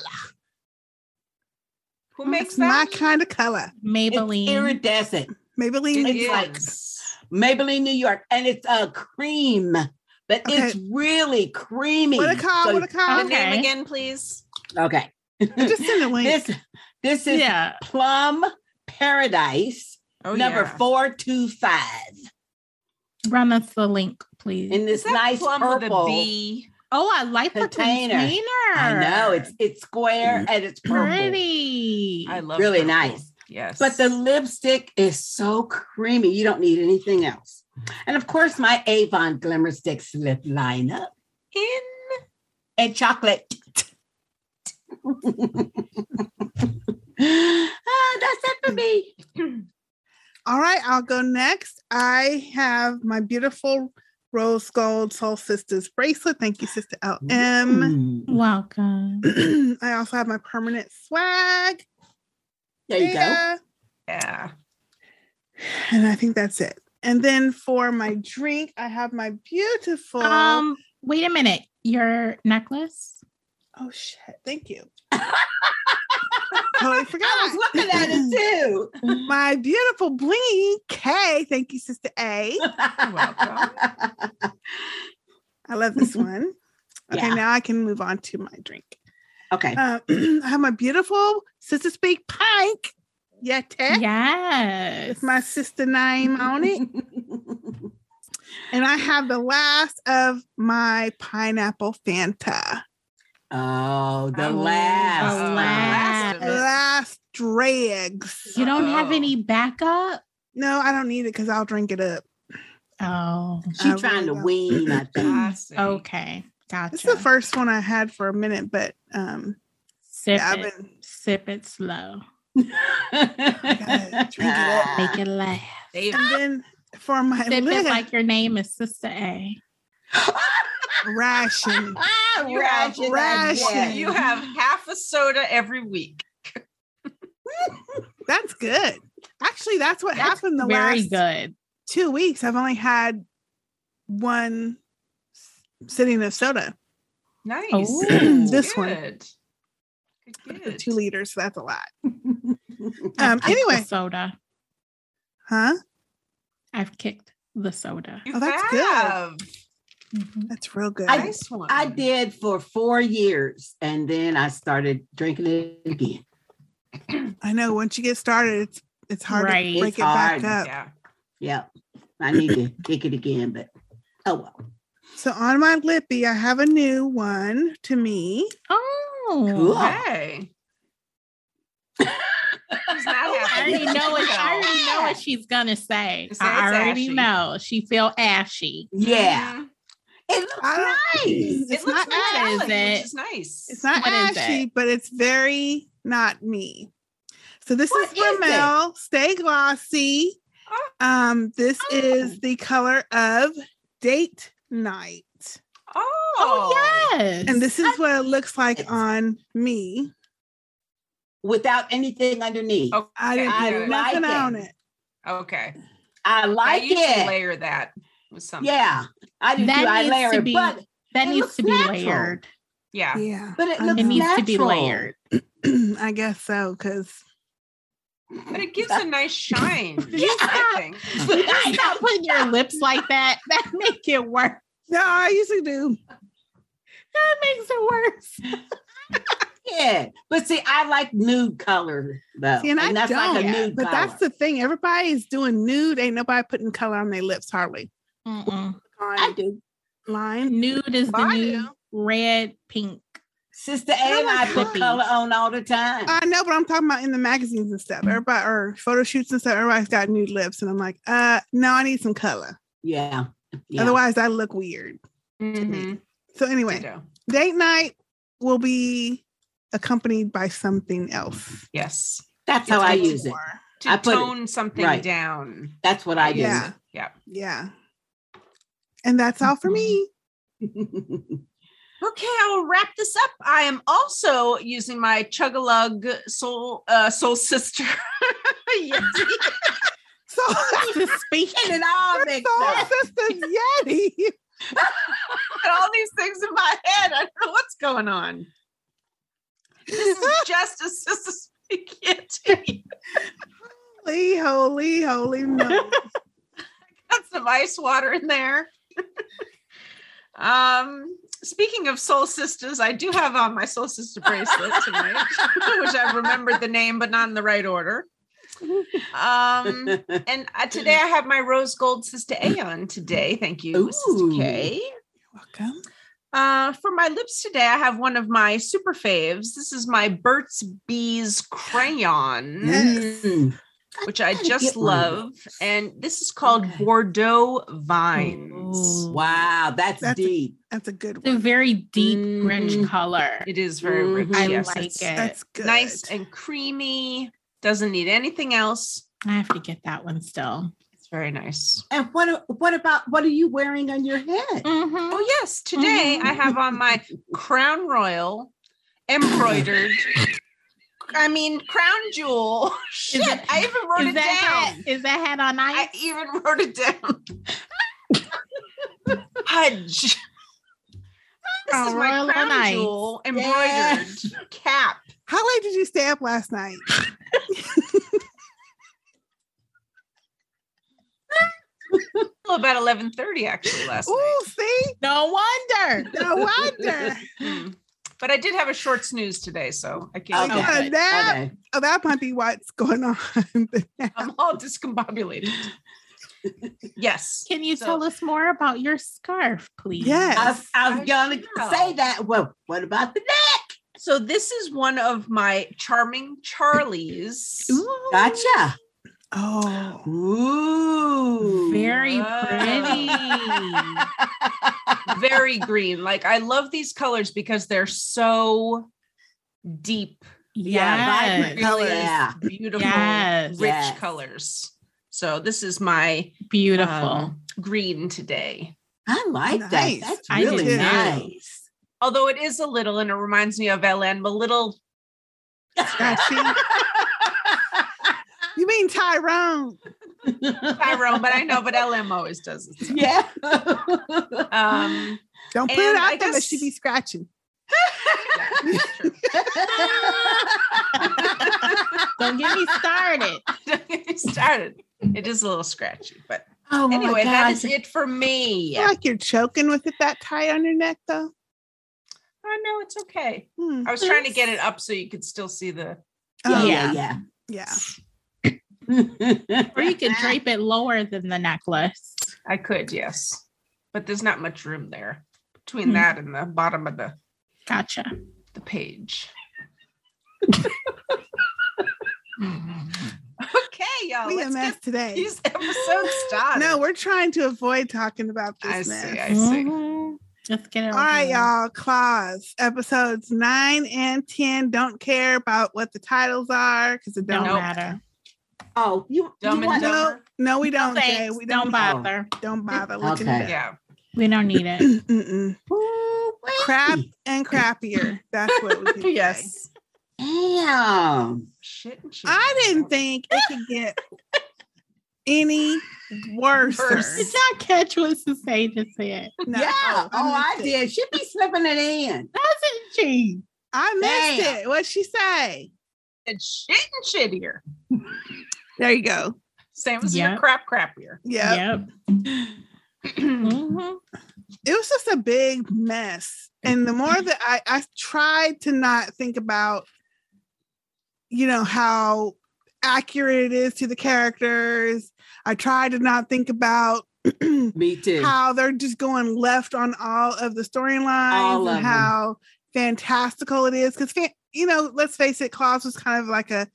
[SPEAKER 2] Who makes
[SPEAKER 4] That's my
[SPEAKER 2] that?
[SPEAKER 4] kind of color.
[SPEAKER 1] Maybelline.
[SPEAKER 3] It's iridescent.
[SPEAKER 4] Maybelline.
[SPEAKER 2] It
[SPEAKER 3] It's like-
[SPEAKER 2] is.
[SPEAKER 3] Maybelline New York, and it's a cream, but it's really creamy.
[SPEAKER 4] What a call!
[SPEAKER 3] So-
[SPEAKER 4] What a
[SPEAKER 2] the
[SPEAKER 4] call!
[SPEAKER 1] Okay.
[SPEAKER 2] name again, please.
[SPEAKER 3] okay.
[SPEAKER 4] Just send a link.
[SPEAKER 3] [LAUGHS] This this is
[SPEAKER 1] yeah.
[SPEAKER 3] Plum Paradise
[SPEAKER 2] Oh,
[SPEAKER 3] number
[SPEAKER 2] yeah.
[SPEAKER 3] four two five
[SPEAKER 1] Run us the link, please.
[SPEAKER 3] in
[SPEAKER 2] Is
[SPEAKER 3] this
[SPEAKER 2] that
[SPEAKER 3] nice
[SPEAKER 2] plum
[SPEAKER 3] purple.
[SPEAKER 2] with a B?
[SPEAKER 1] oh, I like
[SPEAKER 3] Container.
[SPEAKER 1] the container.
[SPEAKER 3] I know it's it's square and it's purple,
[SPEAKER 1] pretty.
[SPEAKER 2] I love
[SPEAKER 3] Really
[SPEAKER 2] purple.
[SPEAKER 3] nice.
[SPEAKER 2] Yes.
[SPEAKER 3] but the lipstick is so creamy. You don't need anything else. And of course, my Avon Glimmer Sticks lip liner
[SPEAKER 2] in
[SPEAKER 3] and chocolate. [LAUGHS] Ah, that's it for me.
[SPEAKER 4] All right, I'll go next. I have my beautiful rose gold soul sisters bracelet. Thank you, Sister LM.
[SPEAKER 3] Mm.
[SPEAKER 1] Welcome.
[SPEAKER 4] [CLEARS THROAT] I also have my permanent swag.
[SPEAKER 3] There you go.
[SPEAKER 4] Yeah.
[SPEAKER 2] yeah.
[SPEAKER 4] And I think that's it. And then for my drink, I have my beautiful.
[SPEAKER 1] Um, wait a minute. Your necklace?
[SPEAKER 4] oh shit! Thank
[SPEAKER 3] [LAUGHS]
[SPEAKER 4] you. totally forgot.
[SPEAKER 3] I was looking at it too.
[SPEAKER 4] [LAUGHS] my beautiful blingy K. Thank you, Sister A.
[SPEAKER 2] You're welcome.
[SPEAKER 4] I love
[SPEAKER 3] [LAUGHS]
[SPEAKER 4] this one. Okay,
[SPEAKER 3] Yeah.
[SPEAKER 4] now I can move on to my drink.
[SPEAKER 3] [LAUGHS] okay.
[SPEAKER 4] Uh, [CLEARS THROAT] I have my beautiful Sister Speak Pike. Yeah, Tech.
[SPEAKER 1] Yes.
[SPEAKER 4] With my sister name on
[SPEAKER 3] [LAUGHS]
[SPEAKER 4] it. And I have the last of my pineapple Fanta.
[SPEAKER 3] oh, the
[SPEAKER 2] Oh,
[SPEAKER 3] last.
[SPEAKER 1] the
[SPEAKER 2] uh,
[SPEAKER 1] last.
[SPEAKER 2] of it.
[SPEAKER 4] Last dregs.
[SPEAKER 1] you don't have
[SPEAKER 2] Uh-oh.
[SPEAKER 1] any backup?
[SPEAKER 4] No, I don't need it because I'll drink it up.
[SPEAKER 1] Oh,
[SPEAKER 3] She's
[SPEAKER 4] I
[SPEAKER 3] trying to
[SPEAKER 4] really
[SPEAKER 3] wean, I think.
[SPEAKER 2] I see.
[SPEAKER 1] okay. Gotcha.
[SPEAKER 4] It's the first one I had for a minute, but um,
[SPEAKER 1] Sip
[SPEAKER 4] yeah, I've
[SPEAKER 1] it.
[SPEAKER 4] been
[SPEAKER 1] Sip it slow.
[SPEAKER 3] [LAUGHS]
[SPEAKER 4] gotta drink it up.
[SPEAKER 1] Make it laugh.
[SPEAKER 2] They-
[SPEAKER 4] And then
[SPEAKER 1] [LAUGHS]
[SPEAKER 4] for my
[SPEAKER 1] Sip it
[SPEAKER 4] lip
[SPEAKER 1] like your name is Sister A.
[SPEAKER 4] [LAUGHS] ration,
[SPEAKER 3] Ah,
[SPEAKER 2] You have
[SPEAKER 3] ratchet,
[SPEAKER 4] ratchet.
[SPEAKER 3] yeah.
[SPEAKER 2] you
[SPEAKER 3] [LAUGHS]
[SPEAKER 2] have half a soda every week.
[SPEAKER 4] that's good. Actually, that's what
[SPEAKER 1] That's
[SPEAKER 4] happened the
[SPEAKER 1] Very
[SPEAKER 4] last
[SPEAKER 1] good.
[SPEAKER 4] two weeks. I've only had one s- sitting of soda,
[SPEAKER 2] Nice.
[SPEAKER 1] Ooh.
[SPEAKER 4] This one.
[SPEAKER 2] Good. Good, good.
[SPEAKER 4] two liters. So that's a lot. Um,
[SPEAKER 1] I've kicked
[SPEAKER 4] anyway,
[SPEAKER 1] the soda.
[SPEAKER 4] huh?
[SPEAKER 1] I've kicked the soda.
[SPEAKER 2] You
[SPEAKER 4] Oh, that's good.
[SPEAKER 2] have.
[SPEAKER 1] Mhm.
[SPEAKER 4] That's real good.
[SPEAKER 3] I-
[SPEAKER 2] Nice one.
[SPEAKER 3] I did for four years and then I started drinking it again.
[SPEAKER 4] I know. Once you get started, it's it's hard
[SPEAKER 1] Right.
[SPEAKER 4] to break
[SPEAKER 3] It's
[SPEAKER 4] it back
[SPEAKER 3] hard.
[SPEAKER 4] up.
[SPEAKER 2] Yeah.
[SPEAKER 3] Yep. I need to kick it again, but oh well.
[SPEAKER 4] So on my lippy, I have a new one to me.
[SPEAKER 1] Oh,
[SPEAKER 3] Cool.
[SPEAKER 2] Okay. She's not
[SPEAKER 1] [LAUGHS] I
[SPEAKER 2] happy.
[SPEAKER 1] already know what I already know what she's gonna say.
[SPEAKER 2] Say
[SPEAKER 1] I
[SPEAKER 2] it's
[SPEAKER 1] already
[SPEAKER 2] ashy.
[SPEAKER 1] know. She feel ashy.
[SPEAKER 3] Yeah.
[SPEAKER 1] Mm-hmm.
[SPEAKER 2] Mhm.
[SPEAKER 3] It looks
[SPEAKER 4] I don't-
[SPEAKER 3] nice.
[SPEAKER 4] It's
[SPEAKER 2] It looks
[SPEAKER 4] not
[SPEAKER 2] metallic,
[SPEAKER 1] is it?
[SPEAKER 2] which is nice.
[SPEAKER 4] It's not
[SPEAKER 1] What is
[SPEAKER 4] ashy, but it's very not me. So this
[SPEAKER 3] What
[SPEAKER 4] is
[SPEAKER 3] is it?
[SPEAKER 4] Rimmel Stay Glossy.
[SPEAKER 2] Oh.
[SPEAKER 4] Um, this
[SPEAKER 2] Oh.
[SPEAKER 4] is the color of Date Night,
[SPEAKER 2] Oh,
[SPEAKER 1] Oh yes.
[SPEAKER 4] and this is what it looks like
[SPEAKER 3] It's-
[SPEAKER 4] on me.
[SPEAKER 3] Without anything underneath.
[SPEAKER 2] Okay.
[SPEAKER 4] I didn't
[SPEAKER 3] I
[SPEAKER 4] put
[SPEAKER 2] good.
[SPEAKER 3] like
[SPEAKER 4] nothing
[SPEAKER 3] it.
[SPEAKER 4] on it.
[SPEAKER 2] okay.
[SPEAKER 3] I like
[SPEAKER 2] yeah, you should
[SPEAKER 3] it.
[SPEAKER 2] layer that with something.
[SPEAKER 3] Yeah. I do
[SPEAKER 1] That
[SPEAKER 3] too. I
[SPEAKER 1] needs
[SPEAKER 3] layer
[SPEAKER 1] to
[SPEAKER 3] it.
[SPEAKER 1] be-
[SPEAKER 2] [LAUGHS]
[SPEAKER 3] But [LAUGHS]
[SPEAKER 1] that
[SPEAKER 3] it
[SPEAKER 1] needs
[SPEAKER 3] looks
[SPEAKER 1] to be
[SPEAKER 3] natural.
[SPEAKER 1] layered.
[SPEAKER 2] Yeah.
[SPEAKER 4] Yeah,
[SPEAKER 3] But it
[SPEAKER 4] I
[SPEAKER 3] looks
[SPEAKER 1] It needs to be
[SPEAKER 3] Natural.
[SPEAKER 1] layered.
[SPEAKER 4] know. [CLEARS THROAT] I guess so because
[SPEAKER 2] But it gives a nice shine.
[SPEAKER 1] Yeah.
[SPEAKER 2] I think.
[SPEAKER 1] Stop putting your lips like that. That make it worse.
[SPEAKER 4] no, I usually do.
[SPEAKER 1] That makes it worse.
[SPEAKER 3] yeah. But see, I like nude color though.
[SPEAKER 4] See, and, I
[SPEAKER 3] Oh, that's
[SPEAKER 4] don't.
[SPEAKER 3] like a nude
[SPEAKER 4] but
[SPEAKER 3] color.
[SPEAKER 4] that's the thing. Everybody's doing nude. Ain't nobody putting color on their lips hardly.
[SPEAKER 3] I do.
[SPEAKER 4] Line.
[SPEAKER 1] Nude is the
[SPEAKER 4] I
[SPEAKER 1] new
[SPEAKER 4] do.
[SPEAKER 1] red pink.
[SPEAKER 3] Sister A and I
[SPEAKER 4] much
[SPEAKER 3] put
[SPEAKER 1] flippy.
[SPEAKER 3] color on all the time.
[SPEAKER 4] I know, but I'm talking about in the magazines and stuff. Everybody or photo shoots and stuff. Everybody's got nude lips, and I'm like, uh, no, I need some color.
[SPEAKER 3] yeah. yeah.
[SPEAKER 4] Otherwise, I look weird.
[SPEAKER 1] Mm-hmm.
[SPEAKER 2] Mhm.
[SPEAKER 4] So anyway,
[SPEAKER 2] Ditto.
[SPEAKER 4] date night will be accompanied by something else.
[SPEAKER 2] Yes.
[SPEAKER 3] that's how I
[SPEAKER 2] it's
[SPEAKER 3] use it.
[SPEAKER 4] Or-
[SPEAKER 2] To
[SPEAKER 3] I put it-
[SPEAKER 2] tone something
[SPEAKER 3] right.
[SPEAKER 2] down.
[SPEAKER 3] That's what I do. [LAUGHS]
[SPEAKER 4] Yeah.
[SPEAKER 2] Yeah.
[SPEAKER 4] Yeah. And that's all for me.
[SPEAKER 2] Okay, I'll wrap this up. I am also using my Chugalug Soul uh, Soul Sister. [LAUGHS] Yeti.
[SPEAKER 4] [LAUGHS] So
[SPEAKER 1] To speak.
[SPEAKER 3] and it all
[SPEAKER 4] Your
[SPEAKER 3] makes
[SPEAKER 4] soul
[SPEAKER 3] sense.
[SPEAKER 4] sister's Yeti.
[SPEAKER 2] Got all these things in my head. I don't know what's going on. This is just a sister speak Yeti.
[SPEAKER 4] holy, holy, holy no.
[SPEAKER 2] [LAUGHS] Got some ice water in there. [LAUGHS] um, speaking of soul sisters, I do have on my soul sister bracelet tonight, [LAUGHS] which I've remembered the name, but not in the right order. Um, and
[SPEAKER 3] [CLEARS THROAT]
[SPEAKER 2] uh, today I have my rose gold sister A on today. Thank you,
[SPEAKER 3] Ooh.
[SPEAKER 2] Sister K.
[SPEAKER 4] Welcome.
[SPEAKER 2] Uh, for my lips today, I have one of my super faves. This is my Burt's Bees
[SPEAKER 3] [GASPS]
[SPEAKER 2] crayon,
[SPEAKER 4] Yes.
[SPEAKER 3] Mm.
[SPEAKER 2] which I
[SPEAKER 3] gotta
[SPEAKER 2] just
[SPEAKER 3] get one of
[SPEAKER 2] love, and this is called
[SPEAKER 3] Okay.
[SPEAKER 2] Bordeaux Vines.
[SPEAKER 1] Ooh.
[SPEAKER 3] Wow, that's,
[SPEAKER 4] That's a-
[SPEAKER 3] deep.
[SPEAKER 4] That's a good
[SPEAKER 1] It's a
[SPEAKER 4] one.
[SPEAKER 1] very deep, rich
[SPEAKER 3] Mm.
[SPEAKER 1] color.
[SPEAKER 2] It is very rich.
[SPEAKER 3] Mhm.
[SPEAKER 1] I
[SPEAKER 2] yes,
[SPEAKER 1] like
[SPEAKER 2] it's
[SPEAKER 1] it.
[SPEAKER 4] That's good.
[SPEAKER 2] Nice and creamy. Doesn't need anything else.
[SPEAKER 1] I have to get that one still.
[SPEAKER 2] It's very nice.
[SPEAKER 3] And what what about what are you wearing on your head?
[SPEAKER 1] Mm-hmm.
[SPEAKER 2] Oh yes, today I have on my crown royal embroidered. I mean crown jewel. [LAUGHS] Shit,
[SPEAKER 1] that-
[SPEAKER 2] I even wrote
[SPEAKER 1] Is
[SPEAKER 2] it
[SPEAKER 1] that hat?
[SPEAKER 2] down.
[SPEAKER 1] Is that hat on
[SPEAKER 2] I
[SPEAKER 1] ice?
[SPEAKER 2] even wrote it
[SPEAKER 1] [LAUGHS]
[SPEAKER 2] down. Hudge. This
[SPEAKER 1] Crown
[SPEAKER 2] is
[SPEAKER 1] royal
[SPEAKER 2] my
[SPEAKER 1] on
[SPEAKER 2] crown
[SPEAKER 1] ice.
[SPEAKER 2] jewel embroidered
[SPEAKER 3] Yes.
[SPEAKER 2] cap.
[SPEAKER 4] How late did you stay up last night?
[SPEAKER 2] Till About eleven thirty actually last
[SPEAKER 4] Ooh, see?
[SPEAKER 1] No wonder. [LAUGHS]
[SPEAKER 4] No wonder.
[SPEAKER 2] night. Mm. But I did have a short snooze today, so I
[SPEAKER 3] Oh,
[SPEAKER 2] can't.
[SPEAKER 4] Okay.
[SPEAKER 3] good.
[SPEAKER 4] That-
[SPEAKER 3] Okay.
[SPEAKER 4] Oh, that might be what's going [LAUGHS] on.
[SPEAKER 2] [LAUGHS] I'm all
[SPEAKER 1] [LAUGHS]
[SPEAKER 2] discombobulated. yes.
[SPEAKER 1] Can you
[SPEAKER 2] So-
[SPEAKER 1] tell us more about your scarf, please?
[SPEAKER 4] Yes.
[SPEAKER 3] I, was- I
[SPEAKER 2] I
[SPEAKER 3] was gonna
[SPEAKER 2] shall.
[SPEAKER 3] say that. Well, what about the neck?
[SPEAKER 2] So this is one of my charming Charlies.
[SPEAKER 1] Ooh,
[SPEAKER 3] Gotcha.
[SPEAKER 4] oh.
[SPEAKER 3] Ooh. [LAUGHS]
[SPEAKER 1] Very
[SPEAKER 2] Wow.
[SPEAKER 1] pretty.
[SPEAKER 2] Very green. Like I love these colors because they're so deep,
[SPEAKER 3] Yeah,
[SPEAKER 1] yes.
[SPEAKER 3] vibrant color. Yeah.
[SPEAKER 2] beautiful,
[SPEAKER 1] Yes.
[SPEAKER 2] rich
[SPEAKER 3] Yes.
[SPEAKER 2] colors. So this is my
[SPEAKER 1] Beautiful.
[SPEAKER 2] um, green today.
[SPEAKER 3] I like
[SPEAKER 4] Nice.
[SPEAKER 3] that. That's
[SPEAKER 1] I do
[SPEAKER 3] really
[SPEAKER 1] too.
[SPEAKER 3] nice.
[SPEAKER 2] Although it is a little, and it reminds me of Ellen, a little.
[SPEAKER 4] Gotcha. you mean Tyrone?
[SPEAKER 3] [LAUGHS]
[SPEAKER 2] Tyrone, but I know, but LM always does it.
[SPEAKER 3] yeah.
[SPEAKER 2] Um, [LAUGHS]
[SPEAKER 4] Don't put it
[SPEAKER 2] And I
[SPEAKER 4] out there that she
[SPEAKER 2] guess-
[SPEAKER 4] be scratching.
[SPEAKER 2] yeah, true.
[SPEAKER 1] Don't get me
[SPEAKER 4] [LAUGHS]
[SPEAKER 1] started.
[SPEAKER 2] Don't get me started. It is a little scratchy, but
[SPEAKER 3] oh
[SPEAKER 2] anyway, that is
[SPEAKER 3] gosh.
[SPEAKER 2] it for me.
[SPEAKER 4] I feel like you're choking with it, that tie on your neck, though.
[SPEAKER 2] Oh no, it's okay.
[SPEAKER 4] Hmm.
[SPEAKER 2] I was trying to get it up so you could still see the.
[SPEAKER 4] Oh,
[SPEAKER 1] Yeah.
[SPEAKER 3] yeah.
[SPEAKER 4] Yeah.
[SPEAKER 3] yeah.
[SPEAKER 1] Or you could drape it lower than the necklace.
[SPEAKER 2] I could, yes, but there's not much room there between
[SPEAKER 1] Hmm.
[SPEAKER 2] that and the bottom of the
[SPEAKER 4] [LAUGHS]
[SPEAKER 1] Gotcha.
[SPEAKER 2] the page. Okay, y'all.
[SPEAKER 4] we a
[SPEAKER 2] let's
[SPEAKER 4] mess
[SPEAKER 2] get
[SPEAKER 4] today.
[SPEAKER 2] these episodes started.
[SPEAKER 4] No, Mm-hmm. we're trying to avoid talking about this
[SPEAKER 2] I
[SPEAKER 4] mess.
[SPEAKER 2] see. I see.
[SPEAKER 1] Mhm. Let's get it. over
[SPEAKER 4] All right,
[SPEAKER 1] with.
[SPEAKER 4] y'all. Claws episodes nine and ten. Don't care about what the titles are because it
[SPEAKER 1] Don't
[SPEAKER 4] don't.
[SPEAKER 2] Nope.
[SPEAKER 1] matter.
[SPEAKER 3] [LAUGHS] Oh, you, you
[SPEAKER 2] Dumb and
[SPEAKER 3] want
[SPEAKER 2] Dumber.
[SPEAKER 4] No, no, we
[SPEAKER 1] No,
[SPEAKER 4] don't. Jay.
[SPEAKER 1] thanks.
[SPEAKER 4] We
[SPEAKER 1] don't
[SPEAKER 4] don't.
[SPEAKER 1] bother.
[SPEAKER 4] Don't bother
[SPEAKER 2] [LAUGHS]
[SPEAKER 4] looking
[SPEAKER 3] Okay.
[SPEAKER 4] it up.
[SPEAKER 2] Yeah.
[SPEAKER 1] We don't need
[SPEAKER 4] [LAUGHS]
[SPEAKER 1] it.
[SPEAKER 4] [CLEARS THROAT] Mm-mm.
[SPEAKER 3] Ooh-wee.
[SPEAKER 4] Crap and crappier. That's what
[SPEAKER 2] [LAUGHS]
[SPEAKER 4] we can say.
[SPEAKER 2] Yes.
[SPEAKER 3] Damn.
[SPEAKER 2] Shit and shit.
[SPEAKER 4] I didn't think it could get any worse.
[SPEAKER 2] Worse.
[SPEAKER 1] Did y'all catch what Susanna said? [LAUGHS]
[SPEAKER 4] No,
[SPEAKER 3] yeah. Oh, I
[SPEAKER 4] missed it.
[SPEAKER 3] did. She be slipping it in.
[SPEAKER 1] Doesn't she?
[SPEAKER 4] I missed
[SPEAKER 3] Damn.
[SPEAKER 4] it. What'd she say?
[SPEAKER 2] It's shit and shittier.
[SPEAKER 4] There you go.
[SPEAKER 2] Same as
[SPEAKER 1] Yeah.
[SPEAKER 2] your crap crappier.
[SPEAKER 4] Yeah.
[SPEAKER 1] Yep. Mhm.
[SPEAKER 4] It was just a big mess. And the more that I, I tried to not think about, you know, how accurate it is to the characters. I tried to not think about [CLEARS THROAT]
[SPEAKER 3] Me too.
[SPEAKER 4] how they're just going left on all of the
[SPEAKER 3] All
[SPEAKER 4] storylines and
[SPEAKER 3] of them.
[SPEAKER 4] how fantastical it is. Because you know, let's face it, Claus was kind of like a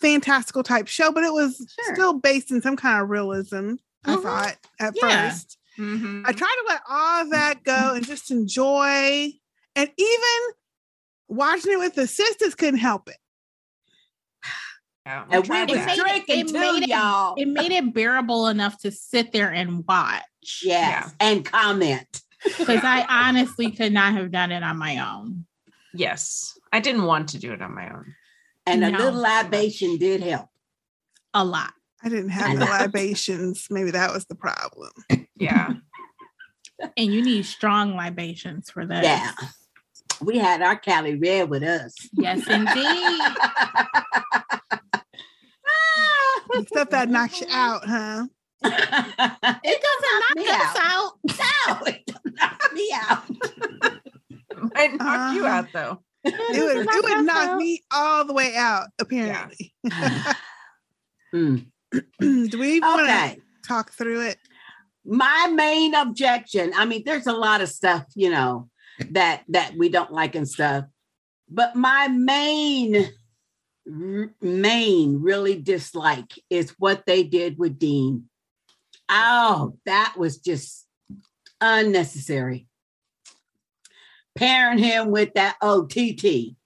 [SPEAKER 4] fantastical type show, but it was
[SPEAKER 3] Sure. Mm-hmm.
[SPEAKER 4] still based in some kind of realism. I
[SPEAKER 1] Mhm.
[SPEAKER 4] thought at
[SPEAKER 1] Yeah.
[SPEAKER 4] first.
[SPEAKER 2] Mhm.
[SPEAKER 4] I try to let all that go and just enjoy, and even watching it with the sisters couldn't help it.
[SPEAKER 2] Yeah, I'm
[SPEAKER 3] And we
[SPEAKER 2] trying
[SPEAKER 3] was
[SPEAKER 2] that.
[SPEAKER 1] made it-
[SPEAKER 3] drinking
[SPEAKER 1] it
[SPEAKER 3] too,
[SPEAKER 1] made it-
[SPEAKER 3] y'all.
[SPEAKER 1] It made it bearable enough to sit there and watch.
[SPEAKER 3] Yes. And comment.
[SPEAKER 1] Because I honestly could not have done it on my own.
[SPEAKER 2] Yes. I didn't want to do it on my own.
[SPEAKER 3] [LAUGHS] And a
[SPEAKER 1] No.
[SPEAKER 3] little libation did help.
[SPEAKER 1] A lot.
[SPEAKER 4] I didn't have the
[SPEAKER 3] [LAUGHS]
[SPEAKER 4] libations. Maybe that was the problem. [LAUGHS]
[SPEAKER 2] Yeah.
[SPEAKER 1] And you need strong libations for that.
[SPEAKER 3] Yeah. We had our Cali Red
[SPEAKER 1] [LAUGHS]
[SPEAKER 3] with us.
[SPEAKER 1] Yes,
[SPEAKER 3] [LAUGHS]
[SPEAKER 1] indeed.
[SPEAKER 4] The Stuff that knocks you
[SPEAKER 3] [LAUGHS]
[SPEAKER 4] out, huh?
[SPEAKER 1] it doesn't knock
[SPEAKER 3] me
[SPEAKER 1] us out.
[SPEAKER 3] [LAUGHS] no, it don't knock me [LAUGHS] out.
[SPEAKER 2] Might knock
[SPEAKER 4] Uh-huh.
[SPEAKER 2] you out though.
[SPEAKER 4] It would, it would knock me all the way out, apparently. [CLEARS THROAT]
[SPEAKER 3] Mm.
[SPEAKER 4] Do we want to
[SPEAKER 3] Okay.
[SPEAKER 4] talk through it?
[SPEAKER 3] My main objection, I mean, there's a lot of stuff, you know, that that we don't like and stuff. But my main r- main really dislike is what they did with Dean. Oh, that was just unnecessary. Pairing him with that OTT.
[SPEAKER 4] Oh.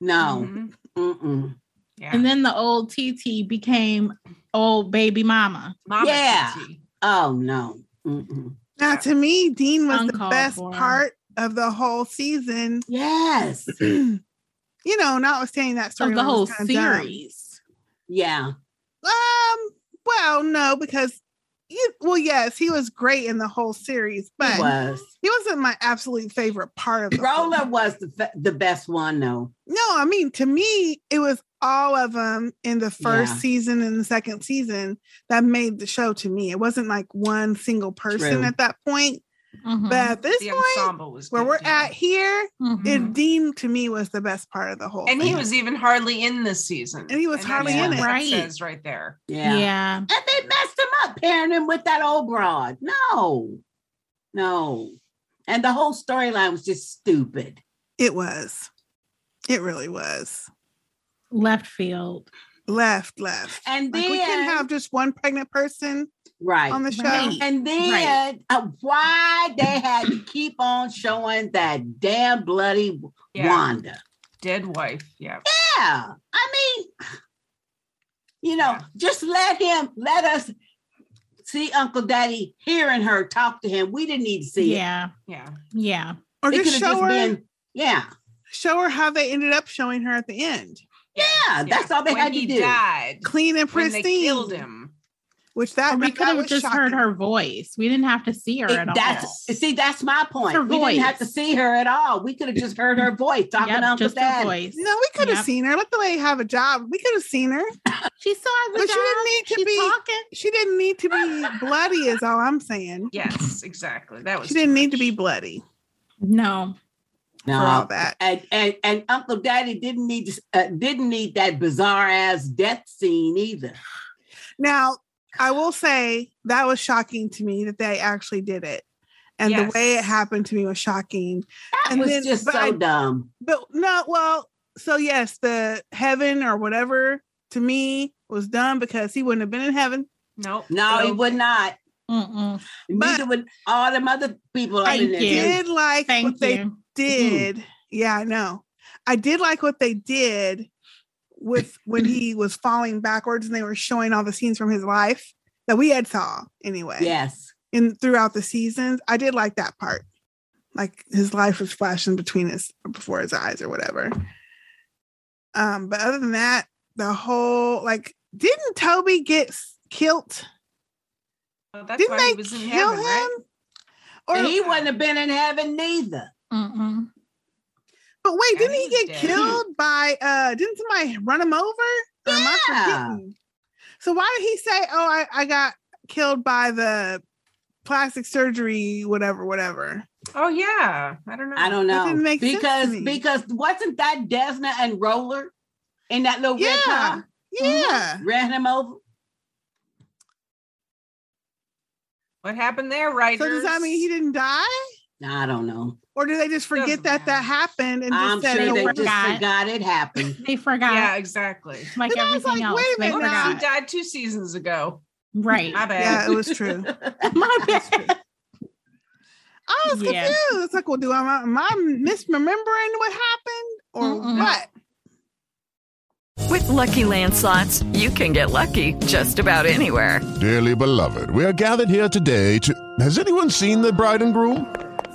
[SPEAKER 3] No.
[SPEAKER 2] Mhm.
[SPEAKER 3] Mm-mm.
[SPEAKER 2] Yeah.
[SPEAKER 1] And then the old TT became old baby mama.
[SPEAKER 2] Mama
[SPEAKER 3] Yeah.
[SPEAKER 2] TT.
[SPEAKER 3] Oh, no. Mm-mm.
[SPEAKER 4] Now, to me, Dean was the
[SPEAKER 1] Uncalled
[SPEAKER 4] best
[SPEAKER 1] for.
[SPEAKER 4] part of the whole season.
[SPEAKER 3] Yes.
[SPEAKER 4] you know, notwithstanding that story,
[SPEAKER 1] Of the whole series.
[SPEAKER 3] Yeah.
[SPEAKER 4] Um, well, no, because you, well, yes, he was great in the whole series, but
[SPEAKER 3] It
[SPEAKER 4] he,
[SPEAKER 3] was.
[SPEAKER 4] was. not my absolute favorite part of the whole-
[SPEAKER 3] Roller was the, f- the best one, though.
[SPEAKER 4] No, I mean to me, it was all of them in the first
[SPEAKER 3] Yeah.
[SPEAKER 4] season and the second season that made the show to me. It wasn't like one single person
[SPEAKER 3] True.
[SPEAKER 4] at that point,
[SPEAKER 1] Mhm.
[SPEAKER 4] but at this
[SPEAKER 2] Mm-hmm. The
[SPEAKER 4] point,
[SPEAKER 2] ensemble was
[SPEAKER 4] where
[SPEAKER 2] good,
[SPEAKER 4] we're
[SPEAKER 2] yeah.
[SPEAKER 4] at here,
[SPEAKER 1] Mhm.
[SPEAKER 4] it Dean to me was the best part of the whole.
[SPEAKER 2] And he
[SPEAKER 4] thing.
[SPEAKER 2] was even hardly in this season.
[SPEAKER 4] And he was
[SPEAKER 2] that's
[SPEAKER 4] hardly
[SPEAKER 2] what
[SPEAKER 3] in
[SPEAKER 2] that
[SPEAKER 3] it.
[SPEAKER 1] Right.
[SPEAKER 2] Says right there.
[SPEAKER 3] Yeah.
[SPEAKER 1] yeah.
[SPEAKER 3] And they messed him up, pairing him with that old broad. No. No. And the whole storyline was just stupid.
[SPEAKER 4] It was. It really was.
[SPEAKER 1] Left field.
[SPEAKER 4] Left, left.
[SPEAKER 3] And
[SPEAKER 4] Like
[SPEAKER 3] then,
[SPEAKER 4] we can have just one pregnant person
[SPEAKER 3] right.
[SPEAKER 4] on the show.
[SPEAKER 1] Right.
[SPEAKER 3] And then
[SPEAKER 1] Right.
[SPEAKER 3] uh, why they had to keep on showing that damn bloody
[SPEAKER 2] Yeah.
[SPEAKER 3] Wanda.
[SPEAKER 2] Dead wife. Yeah.
[SPEAKER 3] Yeah. I mean, you know,
[SPEAKER 2] Yeah.
[SPEAKER 3] just let him, let us see Uncle Daddy hearing her talk to him. We didn't need to see it.
[SPEAKER 1] Yeah.
[SPEAKER 2] Yeah.
[SPEAKER 1] Yeah.
[SPEAKER 4] Or
[SPEAKER 3] It
[SPEAKER 4] just
[SPEAKER 3] could've
[SPEAKER 4] show her
[SPEAKER 3] yeah.
[SPEAKER 4] show her how they ended up showing her at the end.
[SPEAKER 3] Yeah. That's all they
[SPEAKER 2] when
[SPEAKER 3] had to
[SPEAKER 2] he
[SPEAKER 3] do.
[SPEAKER 2] died.
[SPEAKER 4] Clean and
[SPEAKER 2] When
[SPEAKER 4] pristine.
[SPEAKER 2] they killed him.
[SPEAKER 4] Which that,
[SPEAKER 1] Or we
[SPEAKER 4] that
[SPEAKER 1] could have
[SPEAKER 4] was
[SPEAKER 1] just heard
[SPEAKER 4] shocking.
[SPEAKER 1] her voice. We didn't have to see her
[SPEAKER 3] It-
[SPEAKER 1] at all.
[SPEAKER 3] that's see, that's my point.
[SPEAKER 1] Her
[SPEAKER 3] we didn't have to
[SPEAKER 1] voice.
[SPEAKER 3] see her at all. We could have just heard her voice talking
[SPEAKER 1] Yep,
[SPEAKER 3] to Uncle
[SPEAKER 1] just her
[SPEAKER 3] Daddy.
[SPEAKER 1] voice.
[SPEAKER 4] No, we could have
[SPEAKER 1] Yep.
[SPEAKER 4] seen her. Let the lady have a job. We could have seen her.
[SPEAKER 1] She still has a
[SPEAKER 4] But she didn't need to
[SPEAKER 1] She's
[SPEAKER 4] be-
[SPEAKER 1] talking.
[SPEAKER 4] She didn't need to be bloody, is all I'm saying.
[SPEAKER 2] Yes, exactly. That was
[SPEAKER 4] She didn't need to be bloody
[SPEAKER 1] No.
[SPEAKER 4] for all
[SPEAKER 3] No.
[SPEAKER 4] that.
[SPEAKER 3] And, and and Uncle Daddy didn't need to s- uh, didn't need that bizarre ass death scene either.
[SPEAKER 4] Now, I will say that was shocking to me that they actually did it. And
[SPEAKER 2] Yes.
[SPEAKER 4] the way it happened to me was shocking.
[SPEAKER 3] That
[SPEAKER 4] And
[SPEAKER 3] was
[SPEAKER 4] then-
[SPEAKER 3] just so
[SPEAKER 4] but I-
[SPEAKER 3] dumb.
[SPEAKER 4] But no, well, so yes, the heaven or whatever to me was dumb because he wouldn't have been in heaven.
[SPEAKER 2] Nope.
[SPEAKER 3] No, he
[SPEAKER 2] Nope.
[SPEAKER 3] would not.
[SPEAKER 1] Mm-mm.
[SPEAKER 3] Neither would all them other people.
[SPEAKER 1] Thank
[SPEAKER 3] other than
[SPEAKER 1] you.
[SPEAKER 3] him.
[SPEAKER 4] Did like
[SPEAKER 1] Thank
[SPEAKER 4] what they
[SPEAKER 1] you.
[SPEAKER 2] Mm.
[SPEAKER 4] did. Yeah, I know. I did like what they did
[SPEAKER 2] [COUGHS]
[SPEAKER 4] with when he was falling backwards and they were showing all the scenes from his life that we had saw anyway.
[SPEAKER 3] Yes.
[SPEAKER 4] in throughout the seasons. I did like that part. Like his life was flashing between his before his eyes or whatever. Um, but other than that, the whole like didn't Toby get s- killed?
[SPEAKER 2] Well, that's
[SPEAKER 4] Didn't
[SPEAKER 2] why
[SPEAKER 4] they
[SPEAKER 2] he was in
[SPEAKER 4] kill
[SPEAKER 2] heaven, right?
[SPEAKER 4] him? Or
[SPEAKER 3] he wouldn't have been in heaven neither.
[SPEAKER 1] Mm-mm.
[SPEAKER 4] but wait,
[SPEAKER 2] Yeah,
[SPEAKER 4] didn't
[SPEAKER 2] he
[SPEAKER 4] he
[SPEAKER 2] was
[SPEAKER 4] get
[SPEAKER 2] dead.
[SPEAKER 4] killed by uh didn't somebody run him over? Or am I
[SPEAKER 3] Yeah.
[SPEAKER 4] forgetting? So why did he say, Oh, I, I got killed by the plastic surgery, whatever, whatever?
[SPEAKER 2] Oh yeah. I don't know.
[SPEAKER 3] I don't
[SPEAKER 4] That
[SPEAKER 3] know
[SPEAKER 4] didn't make sense to
[SPEAKER 3] because
[SPEAKER 4] me.
[SPEAKER 3] because wasn't that Desna and Roller in that little red
[SPEAKER 4] Yeah.
[SPEAKER 3] car
[SPEAKER 4] Yeah.
[SPEAKER 3] ran him over?
[SPEAKER 2] what happened there, right?
[SPEAKER 4] So does that mean he didn't die?
[SPEAKER 3] I don't know.
[SPEAKER 4] Or do they just forget
[SPEAKER 2] Doesn't
[SPEAKER 4] that that
[SPEAKER 2] matter.
[SPEAKER 4] happened and just
[SPEAKER 3] I'm
[SPEAKER 4] said
[SPEAKER 3] sure
[SPEAKER 4] no
[SPEAKER 3] they
[SPEAKER 4] we're
[SPEAKER 3] just
[SPEAKER 1] forgot.
[SPEAKER 3] forgot it happened.
[SPEAKER 1] They forgot.
[SPEAKER 2] Yeah, exactly.
[SPEAKER 1] Like
[SPEAKER 4] And I was
[SPEAKER 1] everything
[SPEAKER 4] like,
[SPEAKER 1] else.
[SPEAKER 4] wait a
[SPEAKER 1] they
[SPEAKER 4] minute
[SPEAKER 2] Oops,
[SPEAKER 4] now.
[SPEAKER 1] forgot.
[SPEAKER 2] he died two seasons ago.
[SPEAKER 1] Right.
[SPEAKER 2] My
[SPEAKER 4] Yeah,
[SPEAKER 2] bad.
[SPEAKER 4] it was
[SPEAKER 3] [LAUGHS]
[SPEAKER 1] [LAUGHS]
[SPEAKER 4] true.
[SPEAKER 1] My bad.
[SPEAKER 4] I was
[SPEAKER 1] Yeah.
[SPEAKER 4] confused. It's like, well, do I am I misremembering what happened or
[SPEAKER 1] Mm-mm.
[SPEAKER 4] what?
[SPEAKER 5] With Lucky Land slots, you can get lucky just about anywhere.
[SPEAKER 6] Dearly beloved, we are gathered here today to. Has anyone seen the bride and groom?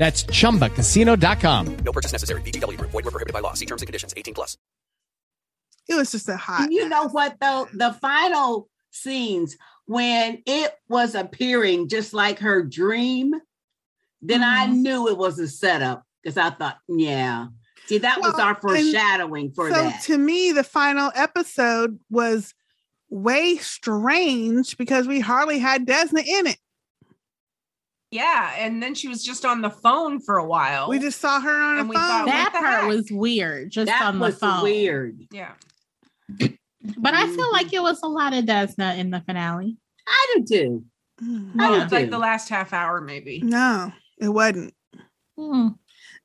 [SPEAKER 7] That's chumbacasino.com.
[SPEAKER 4] It was just a hot.
[SPEAKER 3] you know what though? The final scenes when it was appearing just like her dream, then I
[SPEAKER 4] Mm-hmm.
[SPEAKER 3] knew it was a setup because I thought, yeah. See, that was
[SPEAKER 4] Well,
[SPEAKER 3] our
[SPEAKER 4] and
[SPEAKER 3] foreshadowing for
[SPEAKER 4] so
[SPEAKER 3] that.
[SPEAKER 4] to me, the final episode was way strange because we hardly had Desna in it.
[SPEAKER 2] Yeah, and then she was just on the phone for a while.
[SPEAKER 4] We just saw her on
[SPEAKER 2] And
[SPEAKER 4] a
[SPEAKER 2] we
[SPEAKER 4] phone.
[SPEAKER 2] thought-
[SPEAKER 1] That
[SPEAKER 2] the
[SPEAKER 1] part
[SPEAKER 2] heck?
[SPEAKER 1] was weird, just
[SPEAKER 3] that
[SPEAKER 1] on the
[SPEAKER 3] was
[SPEAKER 1] phone.
[SPEAKER 3] weird.
[SPEAKER 2] yeah.
[SPEAKER 1] But I feel
[SPEAKER 3] Mm-hmm.
[SPEAKER 1] like it was a lot of Desna in the finale.
[SPEAKER 3] I do too.
[SPEAKER 4] Mm.
[SPEAKER 3] I
[SPEAKER 2] Well,
[SPEAKER 3] would
[SPEAKER 2] it's like
[SPEAKER 3] do.
[SPEAKER 2] the last half hour, maybe.
[SPEAKER 4] no, it wasn't.
[SPEAKER 1] Hmm.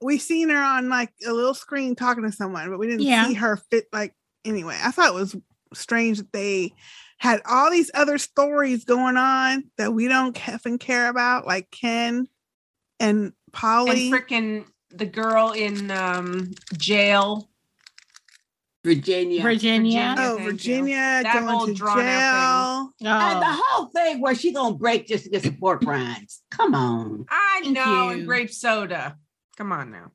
[SPEAKER 4] We seen her on like a little screen talking to someone, but we didn't
[SPEAKER 1] Yeah.
[SPEAKER 4] see her fit like anyway. I thought it was strange that they had all these other stories going on that we don't effing care about, like Ken and Polly.
[SPEAKER 2] And freaking the girl in um, jail.
[SPEAKER 3] Virginia.
[SPEAKER 1] Virginia.
[SPEAKER 2] Virginia.
[SPEAKER 4] oh,
[SPEAKER 2] thank you.
[SPEAKER 4] Virginia
[SPEAKER 2] That whole
[SPEAKER 4] going to
[SPEAKER 2] drawn-out thing.
[SPEAKER 4] jail.
[SPEAKER 3] And the
[SPEAKER 1] Oh.
[SPEAKER 3] whole thing where she gonna break just to get some pork rinds. Come on.
[SPEAKER 2] I
[SPEAKER 1] Thank you.
[SPEAKER 2] know, and grape soda. Come on now.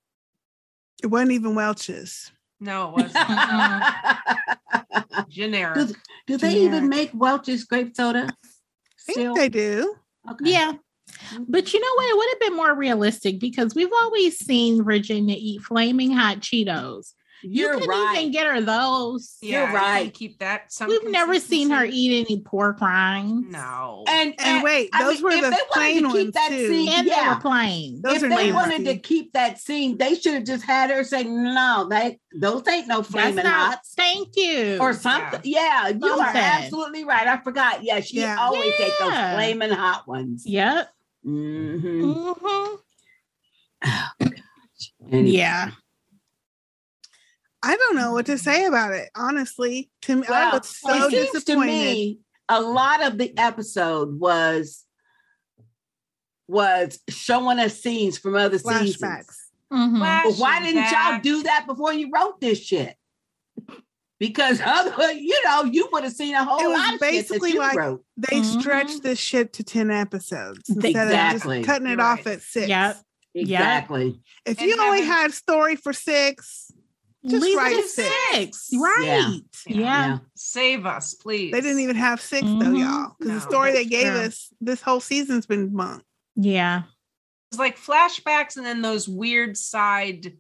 [SPEAKER 4] It wasn't even Welch's.
[SPEAKER 2] No, [LAUGHS] it wasn't.
[SPEAKER 1] Uh-huh.
[SPEAKER 2] Generic.
[SPEAKER 3] Good- [LAUGHS] do they even make Welch's grape soda?
[SPEAKER 4] I think they do.
[SPEAKER 3] Okay.
[SPEAKER 1] Yeah.
[SPEAKER 3] Mm-hmm.
[SPEAKER 1] But you know what? It would have been more realistic because we've always seen Virginia eat flaming hot Cheetos.
[SPEAKER 3] You're
[SPEAKER 1] you couldn't
[SPEAKER 3] right.
[SPEAKER 1] even get her those.
[SPEAKER 2] Yeah,
[SPEAKER 3] You're
[SPEAKER 2] you can
[SPEAKER 3] right.
[SPEAKER 2] Keep that. Some
[SPEAKER 1] We've never seen her
[SPEAKER 2] consistency.
[SPEAKER 1] eat any pork rinds.
[SPEAKER 2] No.
[SPEAKER 3] and,
[SPEAKER 4] And wait, those were
[SPEAKER 3] if
[SPEAKER 4] the
[SPEAKER 3] they wanted
[SPEAKER 4] plain
[SPEAKER 3] to keep
[SPEAKER 4] ones,
[SPEAKER 3] that
[SPEAKER 4] too.
[SPEAKER 3] scene.
[SPEAKER 1] And they
[SPEAKER 3] Yeah.
[SPEAKER 1] were plain.
[SPEAKER 4] Those
[SPEAKER 3] if
[SPEAKER 4] are
[SPEAKER 3] they
[SPEAKER 4] plain ones.
[SPEAKER 3] wanted to keep that scene, they should have just had her say, "No, they those ain't no
[SPEAKER 1] That's
[SPEAKER 3] flaming
[SPEAKER 1] not.
[SPEAKER 3] hots
[SPEAKER 1] Thank you.
[SPEAKER 3] or something." Yeah, you are
[SPEAKER 1] Something.
[SPEAKER 3] absolutely right. I forgot. Yeah, she
[SPEAKER 4] Yeah.
[SPEAKER 3] always take those
[SPEAKER 1] Yeah.
[SPEAKER 3] flaming hot ones.
[SPEAKER 1] Yep.
[SPEAKER 3] hmm
[SPEAKER 1] hmm
[SPEAKER 3] Yeah.
[SPEAKER 4] I don't know what to say about it, honestly. To me, I was so
[SPEAKER 3] it seems to
[SPEAKER 4] disappointed.
[SPEAKER 3] me a lot of the episode was was showing us scenes from other seasons.
[SPEAKER 4] Flashbacks.
[SPEAKER 1] hmm
[SPEAKER 3] But why didn't y'all
[SPEAKER 2] Flashback.
[SPEAKER 3] do that before you wrote this shit? Because [LAUGHS] other, you know, you would have seen a whole
[SPEAKER 4] It was
[SPEAKER 3] lot of
[SPEAKER 4] basically
[SPEAKER 3] shit that you
[SPEAKER 4] like-
[SPEAKER 3] wrote.
[SPEAKER 4] They
[SPEAKER 1] Mhm.
[SPEAKER 4] stretched this shit to 10 episodes instead of
[SPEAKER 3] Exactly.
[SPEAKER 4] just cutting it
[SPEAKER 2] You're
[SPEAKER 4] off
[SPEAKER 2] right.
[SPEAKER 4] at six.
[SPEAKER 1] Yep.
[SPEAKER 3] Exactly.
[SPEAKER 4] If
[SPEAKER 2] And
[SPEAKER 4] you only
[SPEAKER 2] having-
[SPEAKER 4] had story for six, Just
[SPEAKER 1] Leave
[SPEAKER 4] write
[SPEAKER 1] it at
[SPEAKER 4] six.
[SPEAKER 1] six. Right.
[SPEAKER 3] Yeah.
[SPEAKER 1] Yeah.
[SPEAKER 3] Yeah.
[SPEAKER 2] Save us, please.
[SPEAKER 4] They didn't even have 6 though,
[SPEAKER 1] Mhm.
[SPEAKER 4] y'all. Because the
[SPEAKER 2] No,
[SPEAKER 4] story they
[SPEAKER 2] that's
[SPEAKER 4] gave
[SPEAKER 2] true.
[SPEAKER 4] us this whole season's been bunk.
[SPEAKER 1] Yeah.
[SPEAKER 2] It was like flashbacks and then those weird side